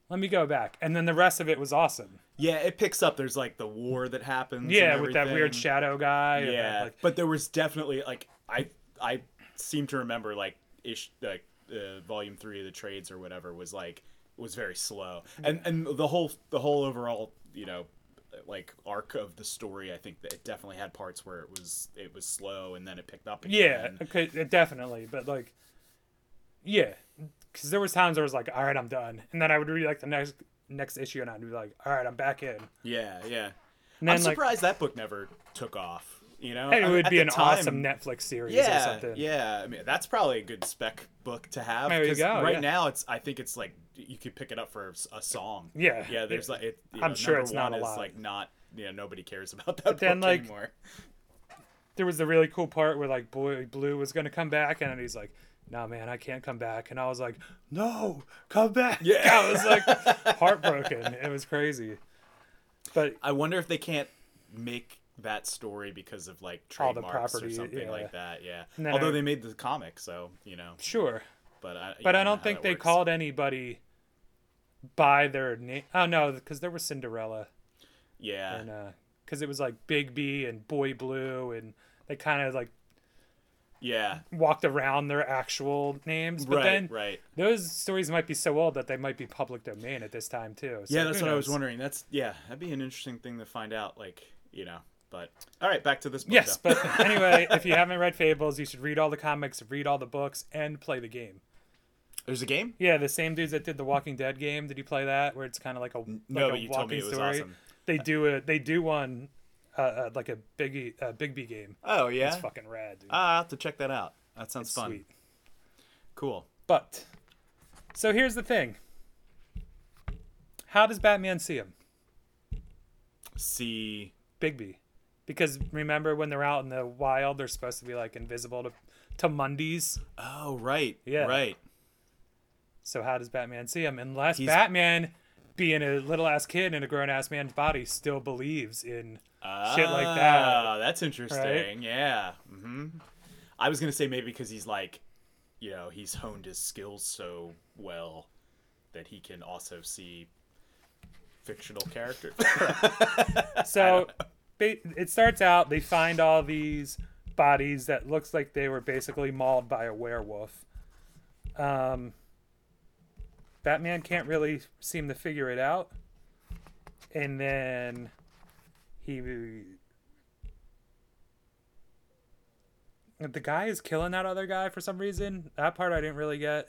S1: let me go back. And then the rest of it was awesome.
S2: Yeah, it picks up. There's like the war that happens.
S1: Yeah,
S2: and
S1: with that weird
S2: everything.
S1: shadow guy. and
S2: Yeah,
S1: that, like,
S2: but there was definitely like I I seem to remember like ish like uh, volume three of the trades or whatever was like was very slow and and the whole the whole overall you know like arc of the story I think that it definitely had parts where it was it was slow and then it picked up
S1: Yeah,
S2: again.
S1: okay, uh, definitely. But like, yeah, because there was times I was like, all right, I'm done, and then I would read like the next next issue, and I'd be like, all right, I'm back in.
S2: yeah yeah
S1: And then
S2: I'm
S1: like,
S2: surprised that book never took off you know
S1: hey,
S2: I
S1: it
S2: mean,
S1: would
S2: at
S1: be
S2: the
S1: an
S2: time-
S1: awesome Netflix series or
S2: yeah,
S1: something.
S2: Yeah, I mean that's probably a good spec book to have.
S1: There you
S2: 'cause
S1: go,
S2: Right
S1: yeah.
S2: now, it's I think it's like you could pick it up for a s- a song.
S1: Yeah,
S2: Yeah, there's like it, you
S1: I'm
S2: know,
S1: sure
S2: number
S1: it's not
S2: one
S1: a
S2: is,
S1: lot.
S2: Like not you know nobody cares about that book
S1: then, like-
S2: anymore.
S1: There was the really cool part where like Boy Blue was gonna come back, and he's like. No man, I can't come back, and I was like, "No, come back!"
S2: Yeah.
S1: I was like heartbroken. It was crazy, but
S2: I wonder if they can't make that story because of like
S1: All the
S2: trademarks or
S1: property,
S2: something
S1: yeah.
S2: like that. Yeah.
S1: then
S2: Although
S1: I-
S2: they made the comic, so you know.
S1: sure.
S2: But I,
S1: But
S2: yeah,
S1: I
S2: know
S1: don't
S2: how
S1: think
S2: that
S1: they
S2: works.
S1: called anybody by their name. Oh no, because there was Cinderella
S2: Yeah.
S1: and because it was like Big B and Boy Blue, and they kind of like
S2: Yeah.
S1: walked around their actual names. But
S2: Right.
S1: then
S2: right.
S1: those stories might be so old that they might be public domain at this time too. So
S2: Yeah, that's
S1: who
S2: what I was
S1: knows?
S2: wondering. That's yeah, that'd be an interesting thing to find out. Like you know. But all right, back to this book.
S1: Yes,
S2: though.
S1: but anyway, if you haven't read Fables, you should read all the comics, read all the books, and play the game.
S2: There's a game?
S1: Yeah, the same dudes that did the Walking Dead game. Did you play that? Where it's kind of like a
S2: no,
S1: like a
S2: but you told me
S1: walking
S2: it was
S1: story.
S2: awesome.
S1: They do a they do one, uh, uh, like a big uh, Big B game.
S2: Oh, yeah.
S1: It's fucking rad, dude.
S2: Ah, I'll have to check that out. That sounds
S1: It's
S2: fun.
S1: Sweet.
S2: Cool.
S1: But so here's the thing. How does Batman see him,
S2: See.
S1: Big B? Because remember when they're out in the wild, they're supposed to be like invisible to to Mondays.
S2: Oh, right.
S1: Yeah.
S2: Right.
S1: So how does Batman see him? Unless
S2: He's-
S1: Batman, being a little ass kid in a grown ass man's body, still believes in shit like that.
S2: Ah, That's interesting. Yeah. hmm I was gonna say maybe because he's like, you know, he's honed his skills so well that he can also see fictional characters.
S1: So ba- it starts out they find all these bodies that looks like they were basically mauled by a werewolf. Um, Batman can't really seem to figure it out, and then he the guy is killing that other guy for some reason. That part I didn't really get.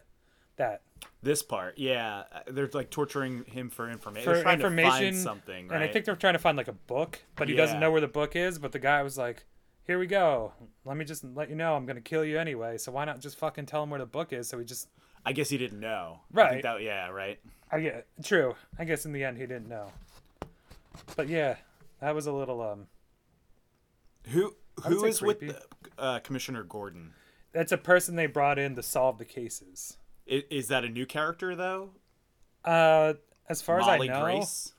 S1: That
S2: this part, yeah, uh, they're like torturing him for information.
S1: for
S2: they're trying
S1: information
S2: to find something, right?
S1: and i think they're trying to find like a book but he doesn't
S2: Yeah.
S1: know where the book is but the guy was like here we go let me just let you know i'm gonna kill you anyway so why not just fucking tell him where the book is so he just
S2: I guess he didn't know. I
S1: Right.
S2: think that, yeah. Right.
S1: i get true i guess in the end he didn't know but yeah that was a little um
S2: Who
S1: would
S2: who
S1: say
S2: is with
S1: creepy.
S2: the, uh, Commissioner Gordon?
S1: that's a person they brought in to solve the cases
S2: I- Is that a new character though?
S1: uh as far
S2: Molly
S1: as i know
S2: Grace.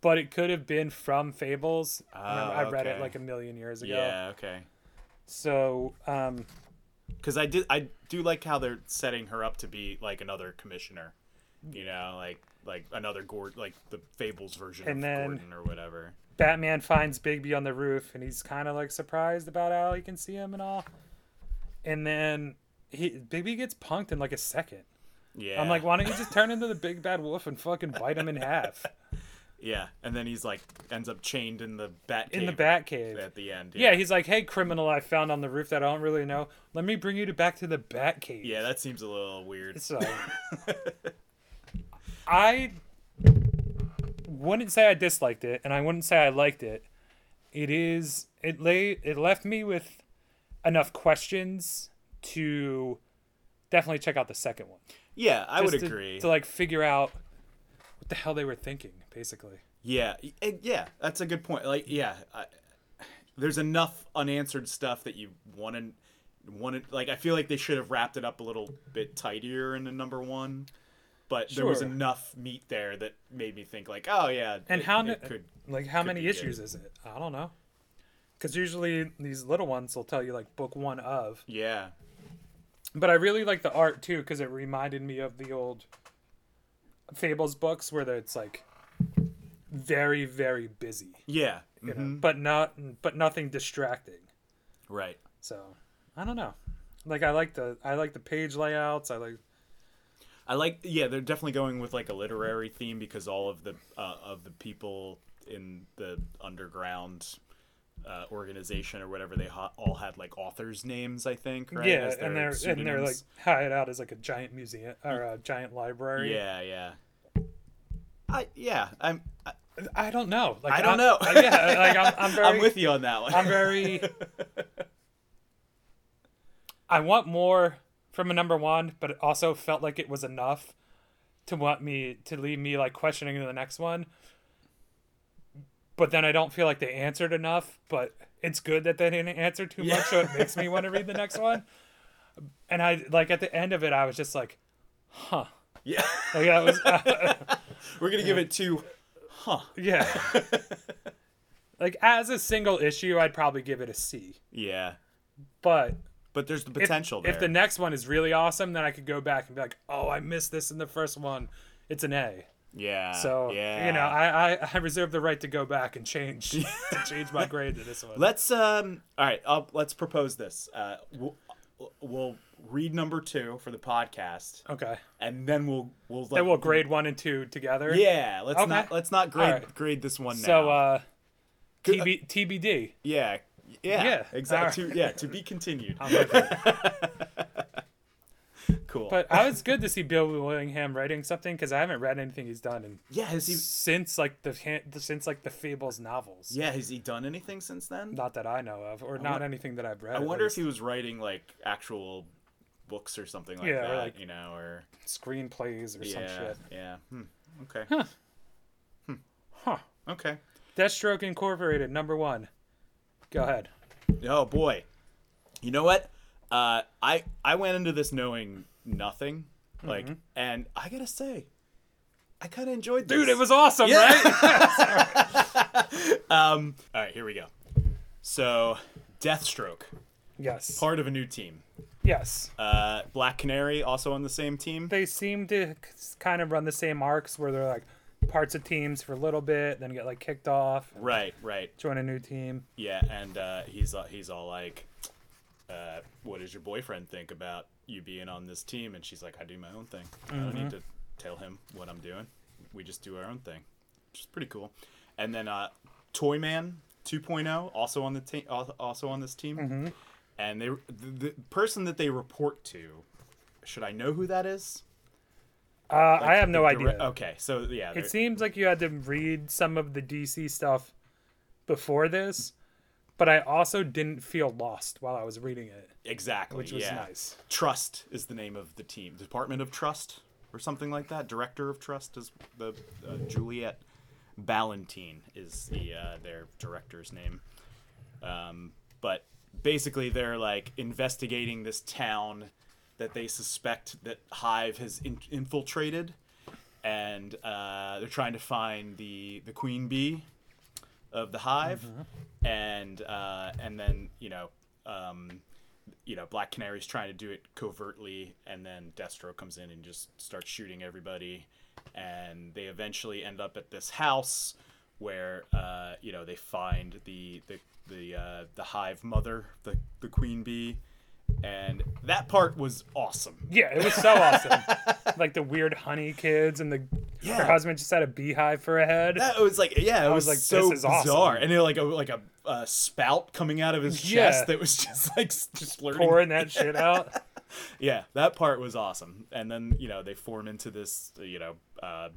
S1: but it could have been from fables Remember,
S2: Oh,
S1: i read it
S2: okay.
S1: like a million years ago
S2: Yeah. Okay.
S1: so um
S2: Because I did I do like how they're setting her up to be like another commissioner. You know, like like another Gordon, like the Fables version
S1: And
S2: of
S1: then-
S2: Gordon or whatever.
S1: Batman finds Bigby on the roof and he's kind of like surprised about how he can see him and all. And then he Bigby gets punked in like a second.
S2: Yeah.
S1: I'm like, why don't you just turn into the big bad wolf and fucking bite him in half
S2: Yeah, and then he's like ends up chained in the bat
S1: in the
S2: cave
S1: Batcave?
S2: at the end.
S1: Yeah, he's like, hey, criminal I found on the roof that I don't really know. Let me bring you to back to the Batcave.
S2: Yeah, that seems a little weird.
S1: So I wouldn't say I disliked it, and I wouldn't say I liked it. It is it lay it left me with enough questions to definitely check out the second one.
S2: Yeah, I would
S1: Just to-
S2: agree.
S1: To like figure out what the hell they were thinking, basically.
S2: Yeah, y- and yeah, that's a good point. Like, yeah, I, there's enough unanswered stuff that you want to want to like. I feel like they should have wrapped it up a little bit tidier in the number one. but there was
S1: Sure.
S2: enough meat there that made me think like, oh yeah,
S1: And
S2: it-
S1: how
S2: it
S1: n-
S2: could
S1: like how
S2: could be
S1: many
S2: good.
S1: issues is it? I don't know. Because usually these little ones will tell you like book one of.
S2: yeah
S1: But I really like the art too because it reminded me of the old Fables books where it's like very very busy,
S2: yeah
S1: you know,
S2: mhm,
S1: but not but nothing distracting.
S2: right.
S1: So I don't know. Like I like the I like the page layouts. I like
S2: I like yeah, they're definitely going with like a literary theme because all of the uh, of the people in the underground uh, organization or whatever they ha- all had like authors names I think right
S1: yeah,
S2: as
S1: and
S2: their
S1: they're and they're like
S2: pseudonyms. Mm.
S1: hired out as like a giant museum or a giant library.
S2: yeah yeah I yeah I'm I,
S1: I don't know. Like
S2: I don't
S1: I'm-
S2: know
S1: I- yeah, like I'm, I'm very
S2: I'm with you on that one
S1: I'm very. I want more from a number one, but it also felt like it was enough to want me to leave me like questioning the next one. But then I don't feel like they answered enough. But it's good that they didn't answer too much, so it makes me want to read the next one. And I like at the end of it, I was just like, "Huh."
S2: yeah
S1: Like I was, uh,
S2: we're gonna give it two huh
S1: yeah. like as a single issue, I'd probably give it a C.
S2: yeah
S1: But
S2: but there's the
S1: if-
S2: potential
S1: If,
S2: there
S1: the next one is really awesome, then I could go back and be like, oh, I missed this in the first one. It's an A.
S2: yeah
S1: So
S2: yeah
S1: you know, I, I I reserve the right to go back and change to change my grade to this one.
S2: Let's um. All right, I'll, let's propose this. Uh, we'll, we'll read number two for the podcast,
S1: okay.
S2: and then we'll we'll like,
S1: Then we'll grade one and two together.
S2: Yeah, let's
S1: Okay.
S2: not let's not grade
S1: right.
S2: grade this one now. uh,
S1: So uh,
S2: Good-
S1: TB, TBD.
S2: yeah, yeah,
S1: yeah,
S2: exactly.
S1: all
S2: Yeah, to be continued. cool.
S1: But I was good to see Bill Willingham writing something because I haven't read anything he's done in,
S2: yeah, has he?
S1: since like the Han- since like the Fables novels.
S2: Yeah, has he done anything since then?
S1: Not that I know of, or not anything that I've read.
S2: I wonder if he was writing like actual books or something like
S1: Yeah, or,
S2: that.
S1: like-
S2: you know, or
S1: screenplays or some
S2: yeah,
S1: shit.
S2: yeah. Hmm. Okay. Hmm.
S1: Huh.
S2: Okay.
S1: Deathstroke Incorporated, number one. Go ahead.
S2: Oh boy, you know what? Uh, I I went into this knowing nothing,
S1: Mm-hmm.
S2: like, and I gotta say, I kind of enjoyed this.
S1: Dude, it was awesome, right?
S2: Um, all right, here we go. So, Deathstroke,
S1: Yes.
S2: part of a new team.
S1: Yes.
S2: Uh, Black Canary also on the same team.
S1: They seem to c- kind of run the same arcs where they're like parts of teams for a little bit, then get like kicked off,
S2: Right, right,
S1: join a new team.
S2: yeah, and uh, he's all- he's all like, uh, "What does your boyfriend think about you being on this team?" And she's like, "I do my own thing. I don't
S1: Mm-hmm.
S2: need to tell him what I'm doing. We just do our own thing." which is pretty cool. And then uh, Toyman 2.0 oh, also on the team, also on this team.
S1: Mm-hmm.
S2: And they the, the person that they report to, should I know who that is?
S1: Uh, I have no
S2: The dire-
S1: idea.
S2: Okay, so yeah,
S1: It
S2: they're-
S1: seems like you had to read some of the DC stuff before this, but I also didn't feel lost while I was reading it,
S2: exactly.
S1: which was
S2: yeah.
S1: nice.
S2: Trust is the name of the team, Department of Trust or something like that. Director of Trust is the uh, Juliet Ballantine is the uh, their director's name. Um, but basically, they're like investigating this town that they suspect that Hive has in- infiltrated, and uh, they're trying to find the the queen bee of the Hive, and uh, and then you know. Um, you know, Black Canary's trying to do it covertly, and then Destro comes in and just starts shooting everybody, and they eventually end up at this house where uh, you know they find the the the uh, the hive mother, the the queen bee, and that part was awesome.
S1: Yeah, it was so awesome. like the weird honey kids and the
S2: Yeah.
S1: her husband just had a beehive for a head.
S2: That was like yeah, it was,
S1: was like,
S2: so
S1: this is awesome.
S2: bizarre, and it like a like a, uh spout coming out of his
S1: Yeah.
S2: chest that was just like s- just flirting
S1: pouring that shit out.
S2: yeah, that part was awesome. And then you know they form into this you know uh,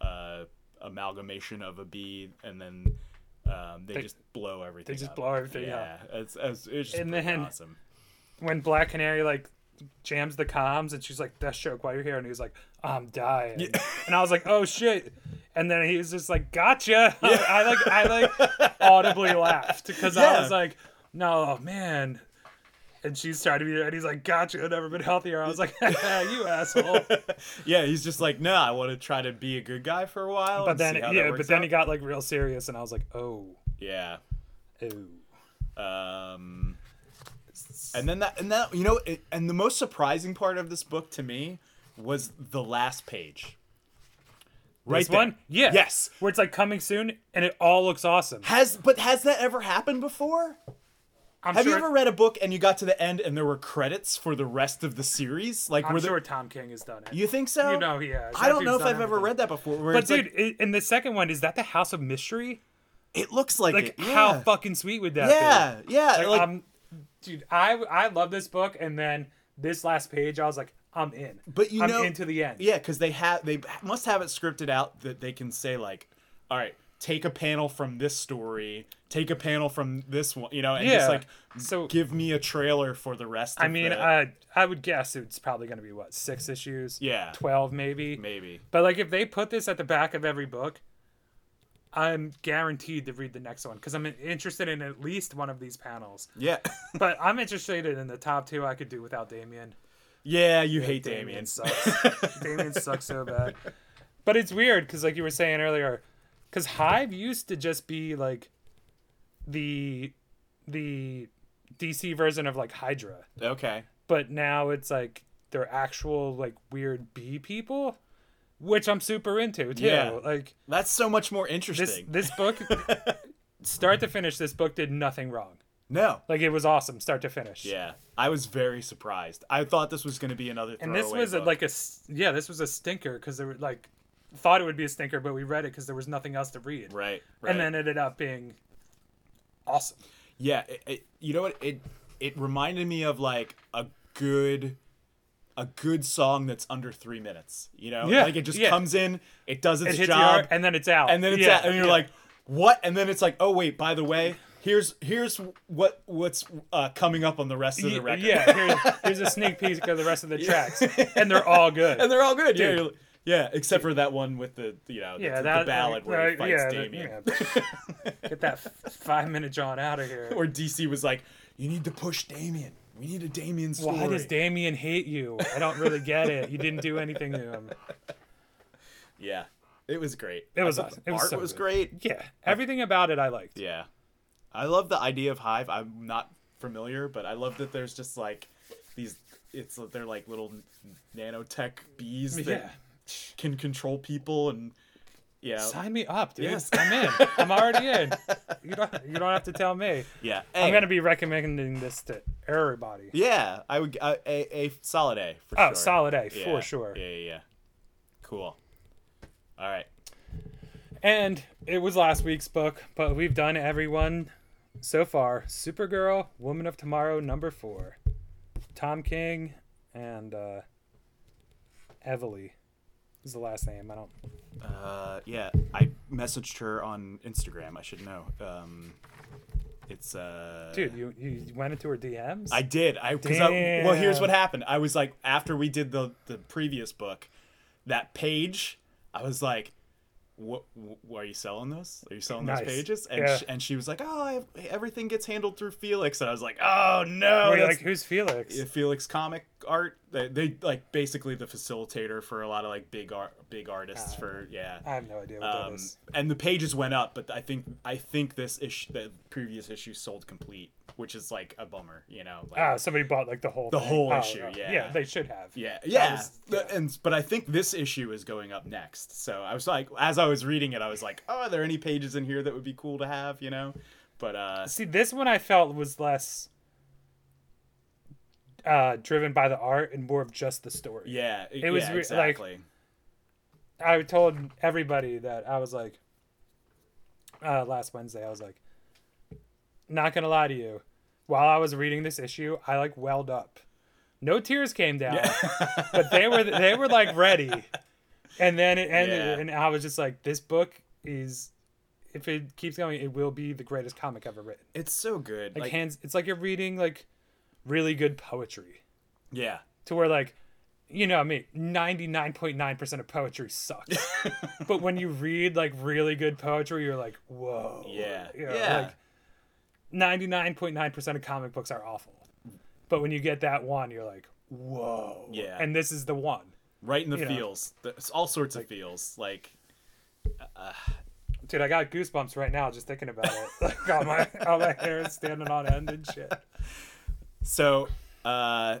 S2: uh, amalgamation of a bee, and then um, they, just blow everything.
S1: just
S2: up.
S1: blow everything
S2: Yeah, it's, it's, it's just
S1: And
S2: pretty
S1: then-
S2: awesome.
S1: When Black Canary like jams the comms and she's like, "That's joke while you're here," and he's like, "I'm dying," and I was like, "Oh shit." And then he was just like, "Gotcha!" I like, I like, audibly laughed because I
S2: Yeah.
S1: was like, "No, man, and she's trying to be there, and he's like, "Gotcha, I've never been healthier." I was like, "You asshole!"
S2: yeah, he's just like, no, I want to try to be a good guy for a while.
S1: But
S2: and
S1: then,
S2: see how that
S1: yeah, but
S2: works
S1: then
S2: out.
S1: he got like real serious, and I was like, "Oh,
S2: yeah.
S1: oh."
S2: Um, and then that, and that, you know, it, and the most surprising part of this book to me was the last page. Right
S1: This
S2: there.
S1: one, yeah,
S2: Yes.
S1: where it's like coming soon, and it all looks awesome.
S2: Has but has that ever happened before?
S1: I'm
S2: Have
S1: sure,
S2: you ever read a book and you got to the end and there were credits for the rest of the series? Like,
S1: I'm
S2: were
S1: sure
S2: there,
S1: Tom King has done it.
S2: you think so?
S1: You know he has.
S2: I
S1: That
S2: don't know
S1: dude's
S2: if
S1: done
S2: I've ever
S1: everything.
S2: read that before. where
S1: but
S2: it's like-
S1: dude, i in the second one, is that the House of Mystery?
S2: it looks like,
S1: Like,
S2: it. Yeah.
S1: how fucking sweet would that be?
S2: yeah, yeah. Like,
S1: um, dude, I I love this book, and then this last page, I was like, I'm in.
S2: But you
S1: I'm
S2: know-
S1: into the end.
S2: Yeah, because they have they must have it scripted out that they can say like, all right, take a panel from this story, take a panel from this one, you know, and
S1: Yeah.
S2: just like
S1: So-
S2: give me a trailer for the rest.
S1: I
S2: of
S1: mean,
S2: the-
S1: uh, I would guess it's probably going to be what six issues.
S2: Yeah.
S1: twelve maybe.
S2: maybe
S1: But like, if they put this at the back of every book, I'm guaranteed to read the next one because I'm interested in at least one of these panels.
S2: yeah,
S1: But I'm interested in the top two. I could do without Damien.
S2: yeah. You hate
S1: Damien
S2: Damien.
S1: sucks. Damien sucks so bad. But it's weird because, like you were saying earlier, because Hive used to just be like the the DC version of like Hydra,
S2: Okay.
S1: but now it's like they're actual like weird bee people, which I'm super into too.
S2: Yeah.
S1: Like
S2: That's so much more
S1: this
S2: interesting.
S1: this book, start to finish, this book did nothing wrong.
S2: no.
S1: Like it was awesome, start to finish.
S2: Yeah, I was very surprised. I thought this was going to be another.
S1: And this
S2: throwaway
S1: was a,
S2: book.
S1: like a s- yeah, this was a stinker because there were like thought it would be a stinker, but we read it because there was nothing else to read.
S2: right, right.
S1: And then ended up being awesome.
S2: Yeah, it, it, you know what it it reminded me of like a good a good song that's under 3 minutes, you know?
S1: Yeah,
S2: like it just
S1: yeah.
S2: comes in, it does its
S1: It hits
S2: job
S1: your and then it's out.
S2: and then it's
S1: Yeah,
S2: out, and you're
S1: yeah.
S2: like, "What?" And then it's like, "Oh wait, by the way, here's here's what what's uh, coming up on the rest of
S1: Y-
S2: the record."
S1: yeah, here's, here's a sneak peek of the rest of the tracks, and they're all good.
S2: and they're all good. Yeah.
S1: Dude.
S2: you're like- yeah, except for that one with the you know,
S1: yeah,
S2: the,
S1: that
S2: the ballad where he
S1: uh,
S2: fights
S1: yeah, the-
S2: Damien.
S1: yeah. Get that f- five minute John out of here.
S2: Or DC was like, "You need to push Damien. We need a Damien story."
S1: Why does Damien hate you? I don't really get it. You didn't do anything to him.
S2: Yeah. It was great.
S1: It
S2: I
S1: was
S2: thought
S1: awesome.
S2: the
S1: It was
S2: art
S1: so
S2: was
S1: good.
S2: great.
S1: Yeah, everything about it I liked.
S2: Yeah. I love the idea of Hive. I'm not familiar, but I love that there's just like these it's they're like little nanotech bees that
S1: Yeah.
S2: can control people and yeah.
S1: Sign me up, dude.
S2: Yes.
S1: I'm in. I'm already in. You don't you don't have to tell me.
S2: Yeah.
S1: I'm
S2: A.
S1: gonna be recommending this to everybody.
S2: Yeah, I would uh, a a solid A for
S1: Oh,
S2: sure.
S1: solid A
S2: Yeah.
S1: for sure.
S2: Yeah, yeah, yeah. Cool. All right.
S1: And it was last week's book, but we've done everyone so far. Supergirl, Woman of Tomorrow, number four. Tom King and uh Evely is the last name. I don't
S2: Uh, yeah, I messaged her on Instagram. I should know. Um, it's uh
S1: Dude, you you went into her DMs?
S2: I did. I because well, here's
S1: Damn.
S2: what happened. I was like, after we did the the previous book, that page, I was like, "What? wh- Are you selling those? Are you selling
S1: Nice.
S2: those pages?" And
S1: Yeah.
S2: sh and she was like, "Oh, I have, everything gets handled through Felix." And I was like, "Oh no!"
S1: Were you
S2: that's-
S1: like, who's Felix?
S2: yeah, Felix comic art. They, they like basically the facilitator for a lot of like big art, big artists for yeah.
S1: Ah, I have no idea what that
S2: Um,
S1: is.
S2: and the pages went up, but I think I think this issue, the previous issue, sold complete, which is like a bummer, you know. Like,
S1: Ah, somebody bought like the whole the
S2: whole issue, yeah.
S1: yeah, they should have.
S2: Yeah,
S1: That
S2: yeah.
S1: was-
S2: The- And but I think this issue is going up next. So I was like, as I was reading it, I was like, oh, are there any pages in here that would be cool to have? You know, but uh,
S1: See, this one I felt was less uh, driven by the art and more of just the story.
S2: yeah, it,
S1: was
S2: was
S1: re- like-
S2: exactly.
S1: I told everybody that I was like, uh, last Wednesday, I was like, not gonna lie to you, while I was reading this issue, I like welled up. No tears came down, but they were they were like ready, and then it ended,
S2: Yeah.
S1: and I was just like, this book is, if it keeps going, it will be the greatest comic ever written.
S2: it's so good.
S1: like
S2: Like,
S1: hands it's like you're reading like really good poetry
S2: yeah,
S1: to where like you know me 99.9% of poetry sucks but when you read like really good poetry you're like whoa
S2: Yeah.
S1: You know,
S2: Yeah.
S1: like 99.9% of comic books are awful But when you get that one, you're like, whoa.
S2: Yeah.
S1: And this is the one.
S2: right in the
S1: you know.
S2: feels. There's all sorts of feels. Like
S1: Dude, I got goosebumps right now just thinking about it. Like all my all my hair is standing on end and shit.
S2: so, uh,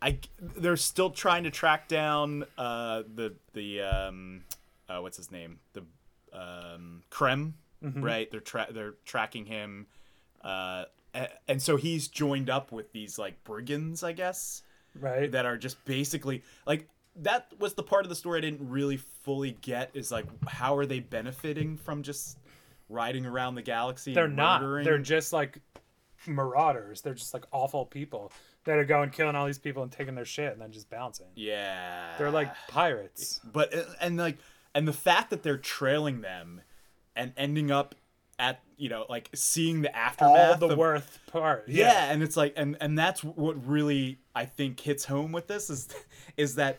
S2: I they're still trying to track down uh the the um uh, what's his name the um Krem
S1: Mm-hmm.
S2: right? They're tra- they're tracking him, uh, a- and so he's joined up with these like brigands, I guess.
S1: Right?
S2: that are just basically like that was the part of the story I didn't really fully get is like how are they benefiting from just riding around the galaxy?
S1: They're
S2: and
S1: not.
S2: murdering?
S1: They're just like marauders. They're just like awful people that are going killing all these people and taking their shit and then just bouncing.
S2: yeah.
S1: They're like pirates.
S2: but uh, and like and the fact that they're trailing them and ending up at you know like seeing the
S1: All
S2: aftermath
S1: the
S2: of-
S1: worth part.
S2: yeah. and it's like and and that's what really i think hits home with this is is that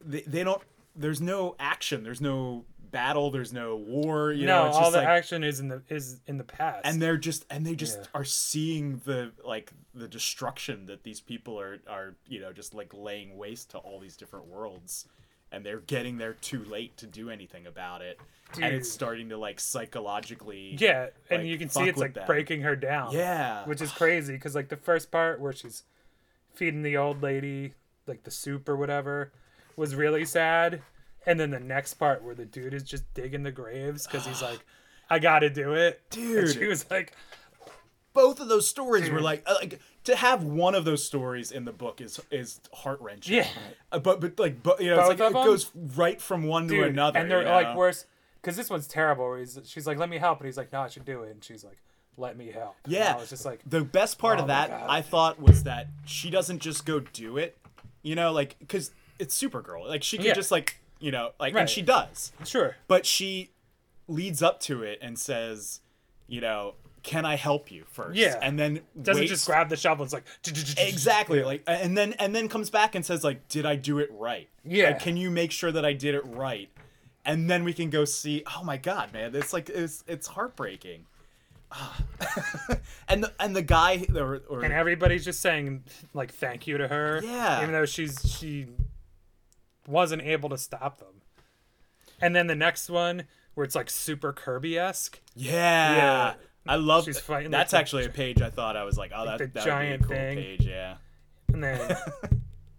S2: they, they don't there's no action there's no battle there's no war you
S1: no,
S2: know it's
S1: all
S2: just
S1: the
S2: like
S1: action is in the is in the past.
S2: and they're just and they just
S1: Yeah.
S2: are seeing the like the destruction that these people are are you know just like laying waste to all these different worlds and they're getting there too late to do anything about it and
S1: Dude.
S2: it's starting to like psychologically
S1: yeah, and
S2: like,
S1: you can
S2: fuck
S1: see it's
S2: with
S1: like
S2: them.
S1: breaking her down.
S2: yeah
S1: which is crazy because like the first part where she's feeding the old lady like the soup or whatever was really sad and then the next part where the dude is just digging the graves because he's like i gotta do it and
S2: Dude.
S1: she was like
S2: both of those stories were like uh, like to have one of those stories in the book is is heart wrenching.
S1: Yeah.
S2: but but like but you know
S1: Both
S2: it's like,
S1: of
S2: it
S1: 'em?
S2: goes right from one
S1: dude
S2: to another.
S1: and they're
S2: you
S1: like
S2: know?
S1: worse because this one's terrible where he's, she's like let me help and he's like no i should do it and she's like let me help And
S2: yeah.
S1: i was just like
S2: the best part
S1: Oh
S2: of
S1: my
S2: that
S1: God.
S2: I thought was that she doesn't just go do it, you know, like because it's Supergirl. Like she could
S1: Yeah.
S2: just like you know like
S1: Right.
S2: and she does,
S1: sure
S2: but she leads up to it and says, you know, can I help you first?
S1: Yeah.
S2: and then
S1: doesn't
S2: waits
S1: just grab the shovel and it's like
S2: Exactly. Like and then and then comes back and says like, "Did I do it right?
S1: Yeah.
S2: Like, can you make sure that I did it right?" And then we can go see. Oh my god, man! It's like it's it's heartbreaking. Ah. and the and the guy or, or
S1: and everybody's just saying like thank you to her
S2: Yeah.
S1: even though she's she wasn't able to stop them and then the next one where it's like super kirby-esque
S2: yeah.
S1: Yeah.
S2: I love
S1: She's fighting, like,
S2: That's
S1: the-
S2: actually a page I thought I was like, oh, that,
S1: the
S2: that would
S1: giant
S2: be a cool
S1: thing.
S2: page, yeah.
S1: and then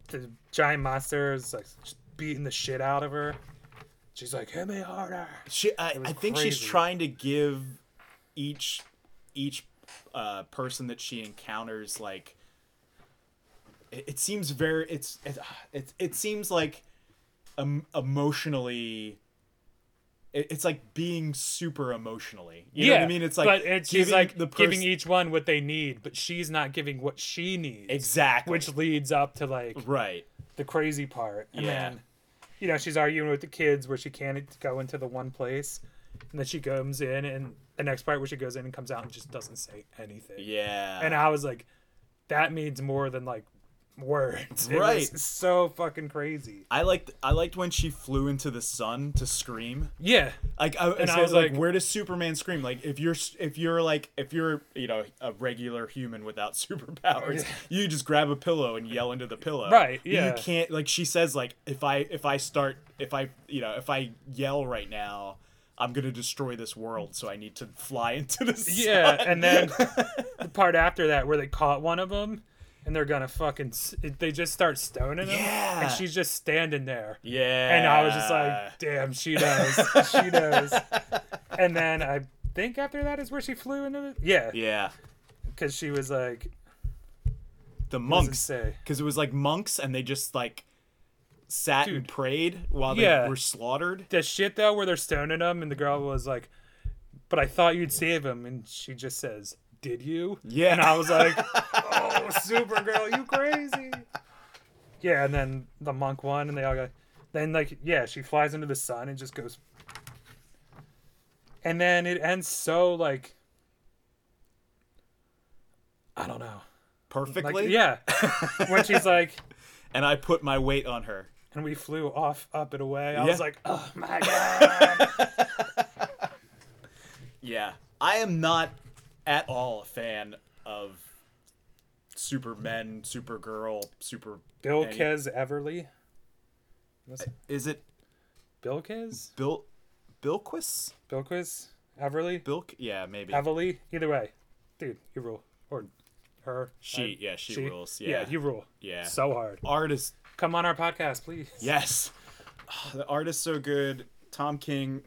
S1: the giant monster is like just beating the shit out of her she's like hit me harder
S2: She, I, I think she's
S1: crazy.
S2: trying to give each each uh, person that she encounters like. It, it seems very. It's it it, it seems like, um, emotionally. It, it's like being super emotionally. You know what I mean? It's like
S1: but it's, she's
S2: giving
S1: like
S2: the
S1: giving
S2: person-
S1: each one what they need but she's not giving what she needs
S2: exactly
S1: which leads up to like
S2: right.
S1: the crazy part. And
S2: Yeah.
S1: then, you know, she's arguing with the kids where she can't go into the one place. And then she comes in, and the next part where she goes in and comes out and just doesn't say anything.
S2: Yeah.
S1: And I was like, that means more than like words. It
S2: Right.
S1: was so fucking crazy.
S2: I liked I liked when she flew into the sun to scream.
S1: Yeah.
S2: Like I,
S1: And
S2: so
S1: I was
S2: it's like,
S1: like-
S2: where does Superman scream? Like if you're s- if you're like if you're you know a regular human without superpowers, you just grab a pillow and yell into the pillow.
S1: Right,
S2: But
S1: yeah.
S2: You can't like she says like if I if I start if I you know if I yell right now, I'm gonna destroy this world. So I need to fly into the sun.
S1: Yeah. And then the part after that where they caught one of them. And they're gonna fucking. s- They just start stoning him,
S2: Yeah.
S1: and she's just standing there.
S2: yeah.
S1: And I was just like, damn, she knows. she knows. And then I think after that is where she flew into the. Yeah.
S2: yeah.
S1: Because she was like,
S2: The
S1: doesn't
S2: monks
S1: say.
S2: because it was like monks and they just like sat and
S1: Dude.
S2: prayed while
S1: Yeah.
S2: they were slaughtered.
S1: The shit, though, where they're stoning him, and the girl was like, but I thought you'd save him. And she just says, did you?
S2: Yeah.
S1: And I was like, oh, Supergirl, you crazy. Yeah. And then the monk won, and they all go. Then, like, yeah, she flies into the sun and just goes. And then it ends so, like, I don't know.
S2: perfectly.
S1: Like, yeah. when she's like,
S2: and I put my weight on her.
S1: and we flew off, up, and away. I
S2: Yeah.
S1: was like, oh my god.
S2: Yeah. I am not at all a fan of Supermen, Supergirl, Super.
S1: Bill
S2: any-
S1: Kez Everly.
S2: Is it
S1: Bill Kez?
S2: Bill? Bilquis?
S1: Bill Quiz? Everly?
S2: Bilk? Yeah, maybe.
S1: Everly? Either way. Dude, you rule. Or her.
S2: She-
S1: I-
S2: yeah, she rules, yeah.
S1: you rule.
S2: Yeah.
S1: So hard.
S2: Artist.
S1: Come on our podcast, please.
S2: Yes. Ah, The artist's so good. Tom King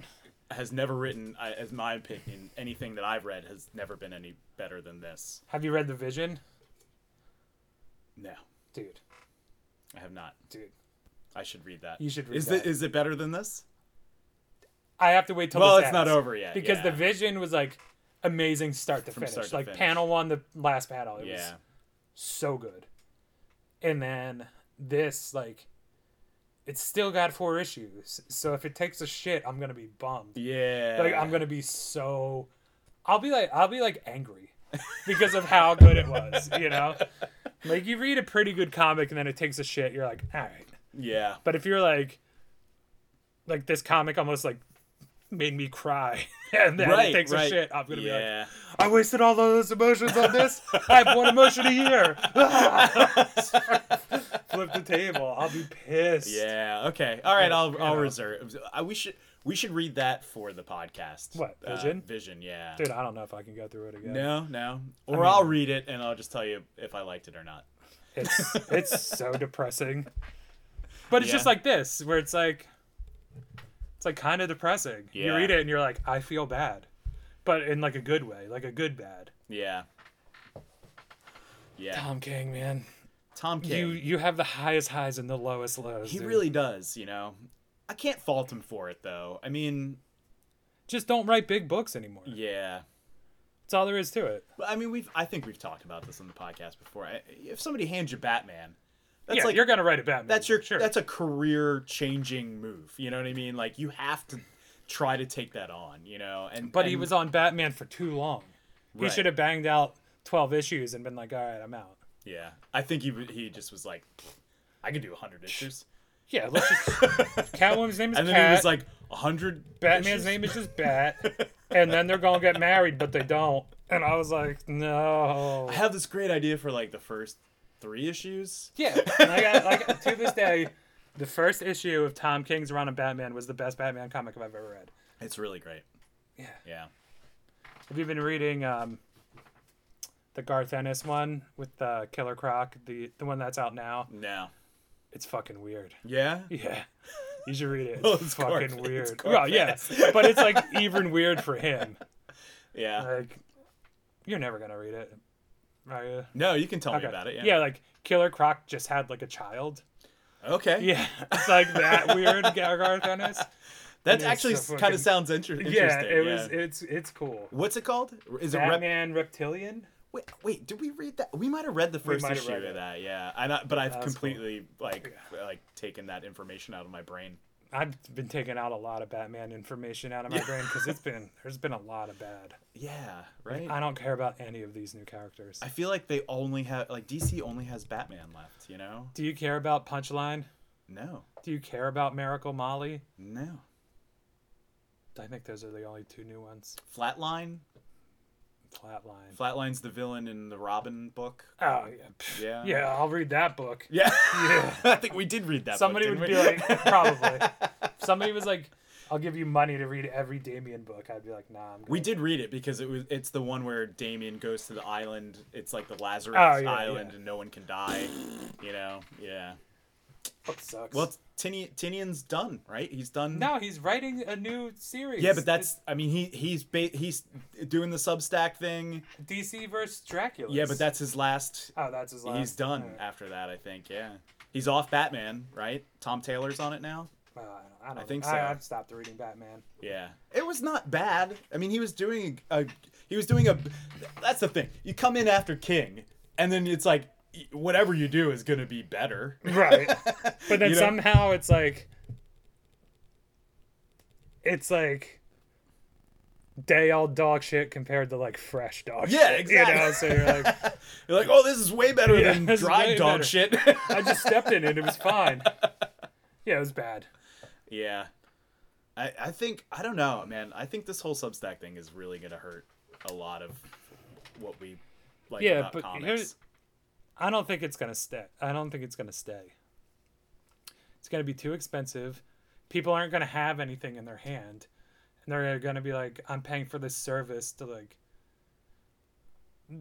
S2: has never written, I- as my opinion, anything that I've read has never been any better than this.
S1: Have you read The Vision?
S2: No,
S1: Dude,
S2: I have not.
S1: dude.
S2: I should read that.
S1: You should read
S2: is
S1: that.
S2: It, is it better than this?
S1: I have to wait till
S2: Well,
S1: this
S2: it's not
S1: ends,
S2: over yet,
S1: Because
S2: yeah.
S1: The Vision was like amazing start to
S2: From
S1: finish.
S2: start to
S1: like
S2: finish.
S1: panel one, the last panel. It was
S2: Yeah.
S1: so good. And then this, like, it's still got four issues. So if it takes a shit, I'm gonna be bummed.
S2: Yeah.
S1: Like I'm gonna be so, I'll be like I'll be like angry because of how good it was. You know, like you read a pretty good comic and then it takes a shit. You're like, all right.
S2: Yeah.
S1: But if you're like, like this comic almost like made me cry and then it takes a shit, I'm gonna be like,
S2: yeah.
S1: I wasted all those emotions on this. I have one emotion a year. Flip the table. I'll be pissed.
S2: Yeah. Okay. All right. I'll
S1: you
S2: I'll
S1: know.
S2: reserve. I, we should we should read that for the podcast.
S1: What,
S2: Uh,
S1: Vision?
S2: vision. Yeah.
S1: Dude, I don't know if I can go through it again.
S2: No. No. Or I'll read it and I'll just tell you if I liked it or not.
S1: It's it's so depressing. But it's just
S2: Yeah.
S1: like this, where it's like it's like kind of depressing. You
S2: Yeah.
S1: read it and you're like, I feel bad. But in like a good way, like a good bad.
S2: Yeah. Yeah. Tom,
S1: Tom King, Oh, man.
S2: King.
S1: You you have the highest highs and the lowest lows.
S2: he
S1: dude.
S2: really does. You know. I can't fault him for it though. I mean,
S1: just don't write big books anymore.
S2: yeah.
S1: That's all there is to it.
S2: But I mean, we've I think we've talked about this on the podcast before. I, if somebody hands you Batman, that's
S1: yeah,
S2: like
S1: you're gonna write a Batman.
S2: that's your
S1: sure.
S2: that's a career changing move. You know what I mean? Like you have to try to take that on. You know, and
S1: But he
S2: and-
S1: was on Batman for too long. He
S2: Right.
S1: should have banged out 12 issues and been like, all right, I'm out.
S2: yeah. I think he w- he just was like, I can do hundred issues,
S1: Yeah, let's just. Catwoman's name is
S2: and then
S1: Cat.
S2: he was like hundred.
S1: Batman's name is just Bat. and then they're going to get married, but they don't. And I was like, no.
S2: I have this great idea for like the first three issues.
S1: Yeah. And I got, like, to this day, the first issue of Tom King's run on Batman was the best Batman comic I've ever read.
S2: It's really great.
S1: Yeah.
S2: Yeah.
S1: Have you been reading um, the Garth Ennis one with uh, Killer Croc, the, the one that's out now?
S2: No.
S1: It's fucking weird.
S2: Yeah.
S1: Yeah. You should read it. It's,
S2: Well, Oh, it's
S1: fucking
S2: Garfield.
S1: weird.
S2: It's
S1: well, yeah.
S2: Garfield.
S1: But it's like even weird for him.
S2: Yeah.
S1: Like you're never gonna read it. Are you?
S2: No, you can tell
S1: Okay.
S2: me about it. Yeah.
S1: like Killer Croc just had like a child.
S2: Okay.
S1: Yeah. It's like that weird Garth Ennis.
S2: That
S1: It is
S2: actually
S1: so
S2: kind
S1: fucking-
S2: of sounds inter- interesting.
S1: Yeah, it was
S2: yeah.
S1: it's it's cool.
S2: What's it called? Is it Rep-
S1: Batman Reptilian?
S2: Wait, wait, did we read that? We might have read the first
S1: might have
S2: issue
S1: read it.
S2: of that, yeah. I not, but I've
S1: That's cool.
S2: completely like uh, like taken that information out of my brain.
S1: I've been taking out a lot of Batman information out of my brain because it's been there's been a lot of bad.
S2: Yeah, right.
S1: I don't care about any of these new characters.
S2: I feel like they only have like DC only has Batman left, you know?
S1: Do you care about Punchline?
S2: No,
S1: Do you care about Miracle Molly?
S2: no.
S1: I think those are the only two new ones.
S2: Flatline.
S1: Flatline.
S2: Flatline's the villain in the Robin book.
S1: oh yeah. Pff,
S2: Yeah.
S1: Yeah, I'll read that book.
S2: Ah. Yeah. I think we did read that. book,
S1: Somebody would
S2: didn't
S1: be
S2: we?
S1: like, probably. Somebody was like, I'll give you money to read every Damien book. I'd be like, nah, I'm good.
S2: We did read it because it was it's the one where Damien goes to the island. It's like the Lazarus
S1: Oh, yeah,
S2: island
S1: yeah.
S2: and no one can die. You know? Yeah.
S1: Book sucks.
S2: Well, Tini- Tinian's done, right? He's done.
S1: no, he's writing a new series.
S2: Yeah, but that's. I mean, he he's ba- he's doing the Substack thing.
S1: It's DC versus Dracula.
S2: Yeah, but that's his last.
S1: Oh, that's his last.
S2: He's done
S1: Alright.
S2: after that, I think. Yeah, he's off Batman, right? Tom Taylor's on it now.
S1: Uh, I, don't, I
S2: think
S1: think I,
S2: so.
S1: I've stopped reading Batman.
S2: Yeah, it was not bad. I mean, he was doing a he was doing a. That's the thing. You come in after King, and then it's like whatever you do is gonna be better.
S1: Right. But then
S2: You know-
S1: somehow it's like it's like day old dog shit compared to like fresh dog
S2: Yeah,
S1: shit. You know,
S2: exactly.
S1: so you're like,
S2: You're like, oh, this is way better
S1: Yeah,
S2: than
S1: this is
S2: dry
S1: way
S2: dog
S1: better."
S2: shit.
S1: I just stepped in it, it was fine. Yeah, it was bad.
S2: Yeah. I, I think I don't know, man. I think this whole Substack thing is really gonna hurt a lot of what we like
S1: Yeah,
S2: about
S1: but
S2: comics.
S1: here's- I don't think it's gonna stay. I don't think it's gonna stay. It's gonna be too expensive. People aren't gonna have anything in their hand, and they're gonna be like, "I'm paying for this service to like."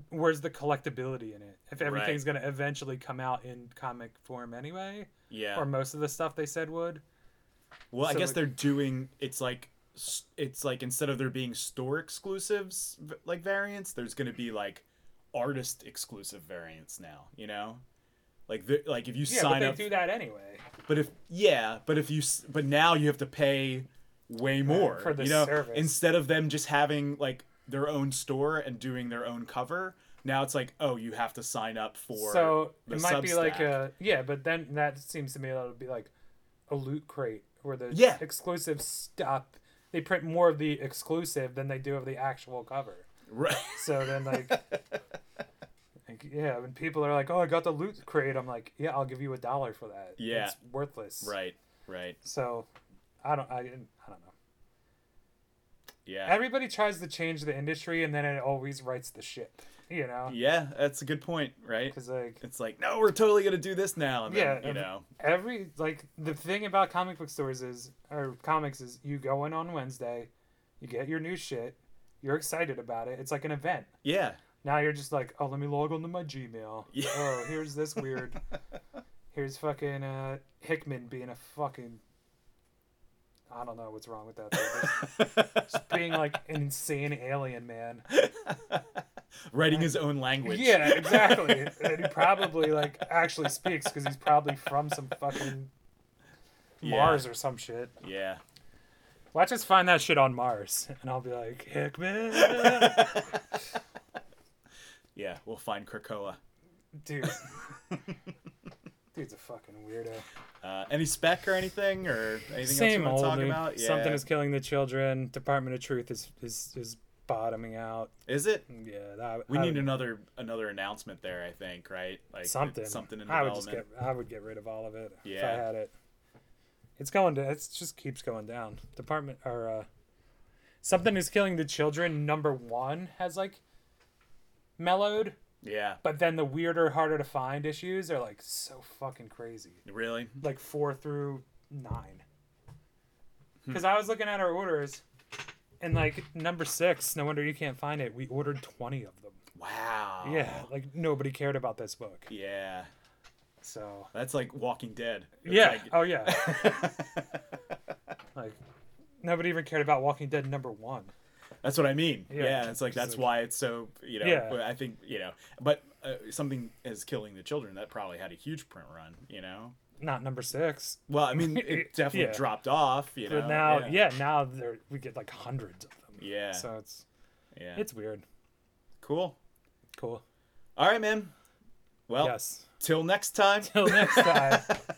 S1: Where's the collectability in it? If everything's gonna eventually come out in comic form anyway,
S2: Yeah.
S1: or most of the stuff they said would.
S2: well, I
S1: so,
S2: guess
S1: like-
S2: they're doing it's like s- it's like instead of there being store exclusives v- like variants, there's going to be like artist exclusive variants now, you know? Like the, like if you
S1: Yeah, but
S2: sign
S1: they
S2: up
S1: do that anyway.
S2: But if yeah, but if you s- but now you have to pay way more
S1: for the
S2: you know,
S1: service.
S2: Instead of them just having like their own store and doing their own cover, now it's like oh you have to sign up for.
S1: so
S2: the
S1: it might be like
S2: Substack.
S1: a yeah but then that seems to me that would be like a loot crate where the
S2: Yeah.
S1: exclusive stuff they print more of the exclusive than they do of the actual cover
S2: Right.
S1: so then like, like yeah when people are like oh i got the loot crate i'm like yeah i'll give you a dollar for that
S2: Yeah.
S1: it's worthless
S2: right right
S1: so i don't i, I don't know
S2: yeah
S1: everybody tries to change the industry and then it always writes the ship you know
S2: yeah that's a good point right.
S1: because like
S2: It's like no we're totally gonna do this now and then,
S1: Yeah,
S2: you
S1: and-
S2: know
S1: every like the thing about comic book stores is or comics is you go in on Wednesday, you get your new shit, you're excited about it. It's like an event.
S2: yeah
S1: Now you're just like, oh, let me log onto my Gmail.
S2: Yeah.
S1: Oh, here's this weird. here's fucking uh, Hickman being a fucking. I don't know what's wrong with that. thing. Just being like an insane alien man.
S2: writing his own language
S1: Yeah, exactly. and he probably like actually speaks because he's probably from some fucking
S2: Yeah.
S1: Mars or some shit.
S2: yeah
S1: Watch us find that shit on Mars, and I'll be like, Hickman,
S2: yeah we'll find Krakoa.
S1: dude, dude's a fucking weirdo.
S2: Uh, any spec or anything or anything
S1: Same
S2: else
S1: old.
S2: you want to
S1: dude.
S2: talk about? Yeah.
S1: Something is killing the children. Department of Truth is is is bottoming out.
S2: Is it?
S1: Yeah, that,
S2: We
S1: I
S2: need
S1: would-
S2: another another announcement there. I think right. Like it's
S1: something.
S2: Something in
S1: I would just
S2: development.
S1: get. I would get rid of all of it if
S2: Yeah.
S1: I had it. It's going to. It just keeps going down. Department or uh, something is killing the children. Number one has like mellowed.
S2: Yeah.
S1: But then the weirder, harder to find issues are like so fucking crazy.
S2: Really?
S1: Like four through nine.
S2: Hmm.
S1: Because I was looking at our orders and like number six, no wonder you can't find it. We ordered 20 of them.
S2: Wow.
S1: Yeah. Like nobody cared about this book.
S2: Yeah.
S1: So,
S2: That's like Walking Dead. It's
S1: yeah.
S2: like-
S1: oh, yeah. like nobody even cared about Walking Dead number one.
S2: that's what I mean.
S1: Yeah.
S2: Yeah. it's like
S1: Just
S2: that's
S1: like-
S2: why it's so you know.
S1: Yeah.
S2: but I think you know. But uh, something is killing the children. That probably had a huge print run. You know.
S1: Not number six.
S2: Well, I mean, it definitely
S1: Yeah.
S2: dropped off. You know.
S1: But now, yeah, now there, we get like hundreds of them.
S2: Yeah.
S1: So it's,
S2: Yeah.
S1: it's weird.
S2: cool.
S1: Cool.
S2: All right, man. Well,
S1: Yes.
S2: till next time.
S1: Till next time.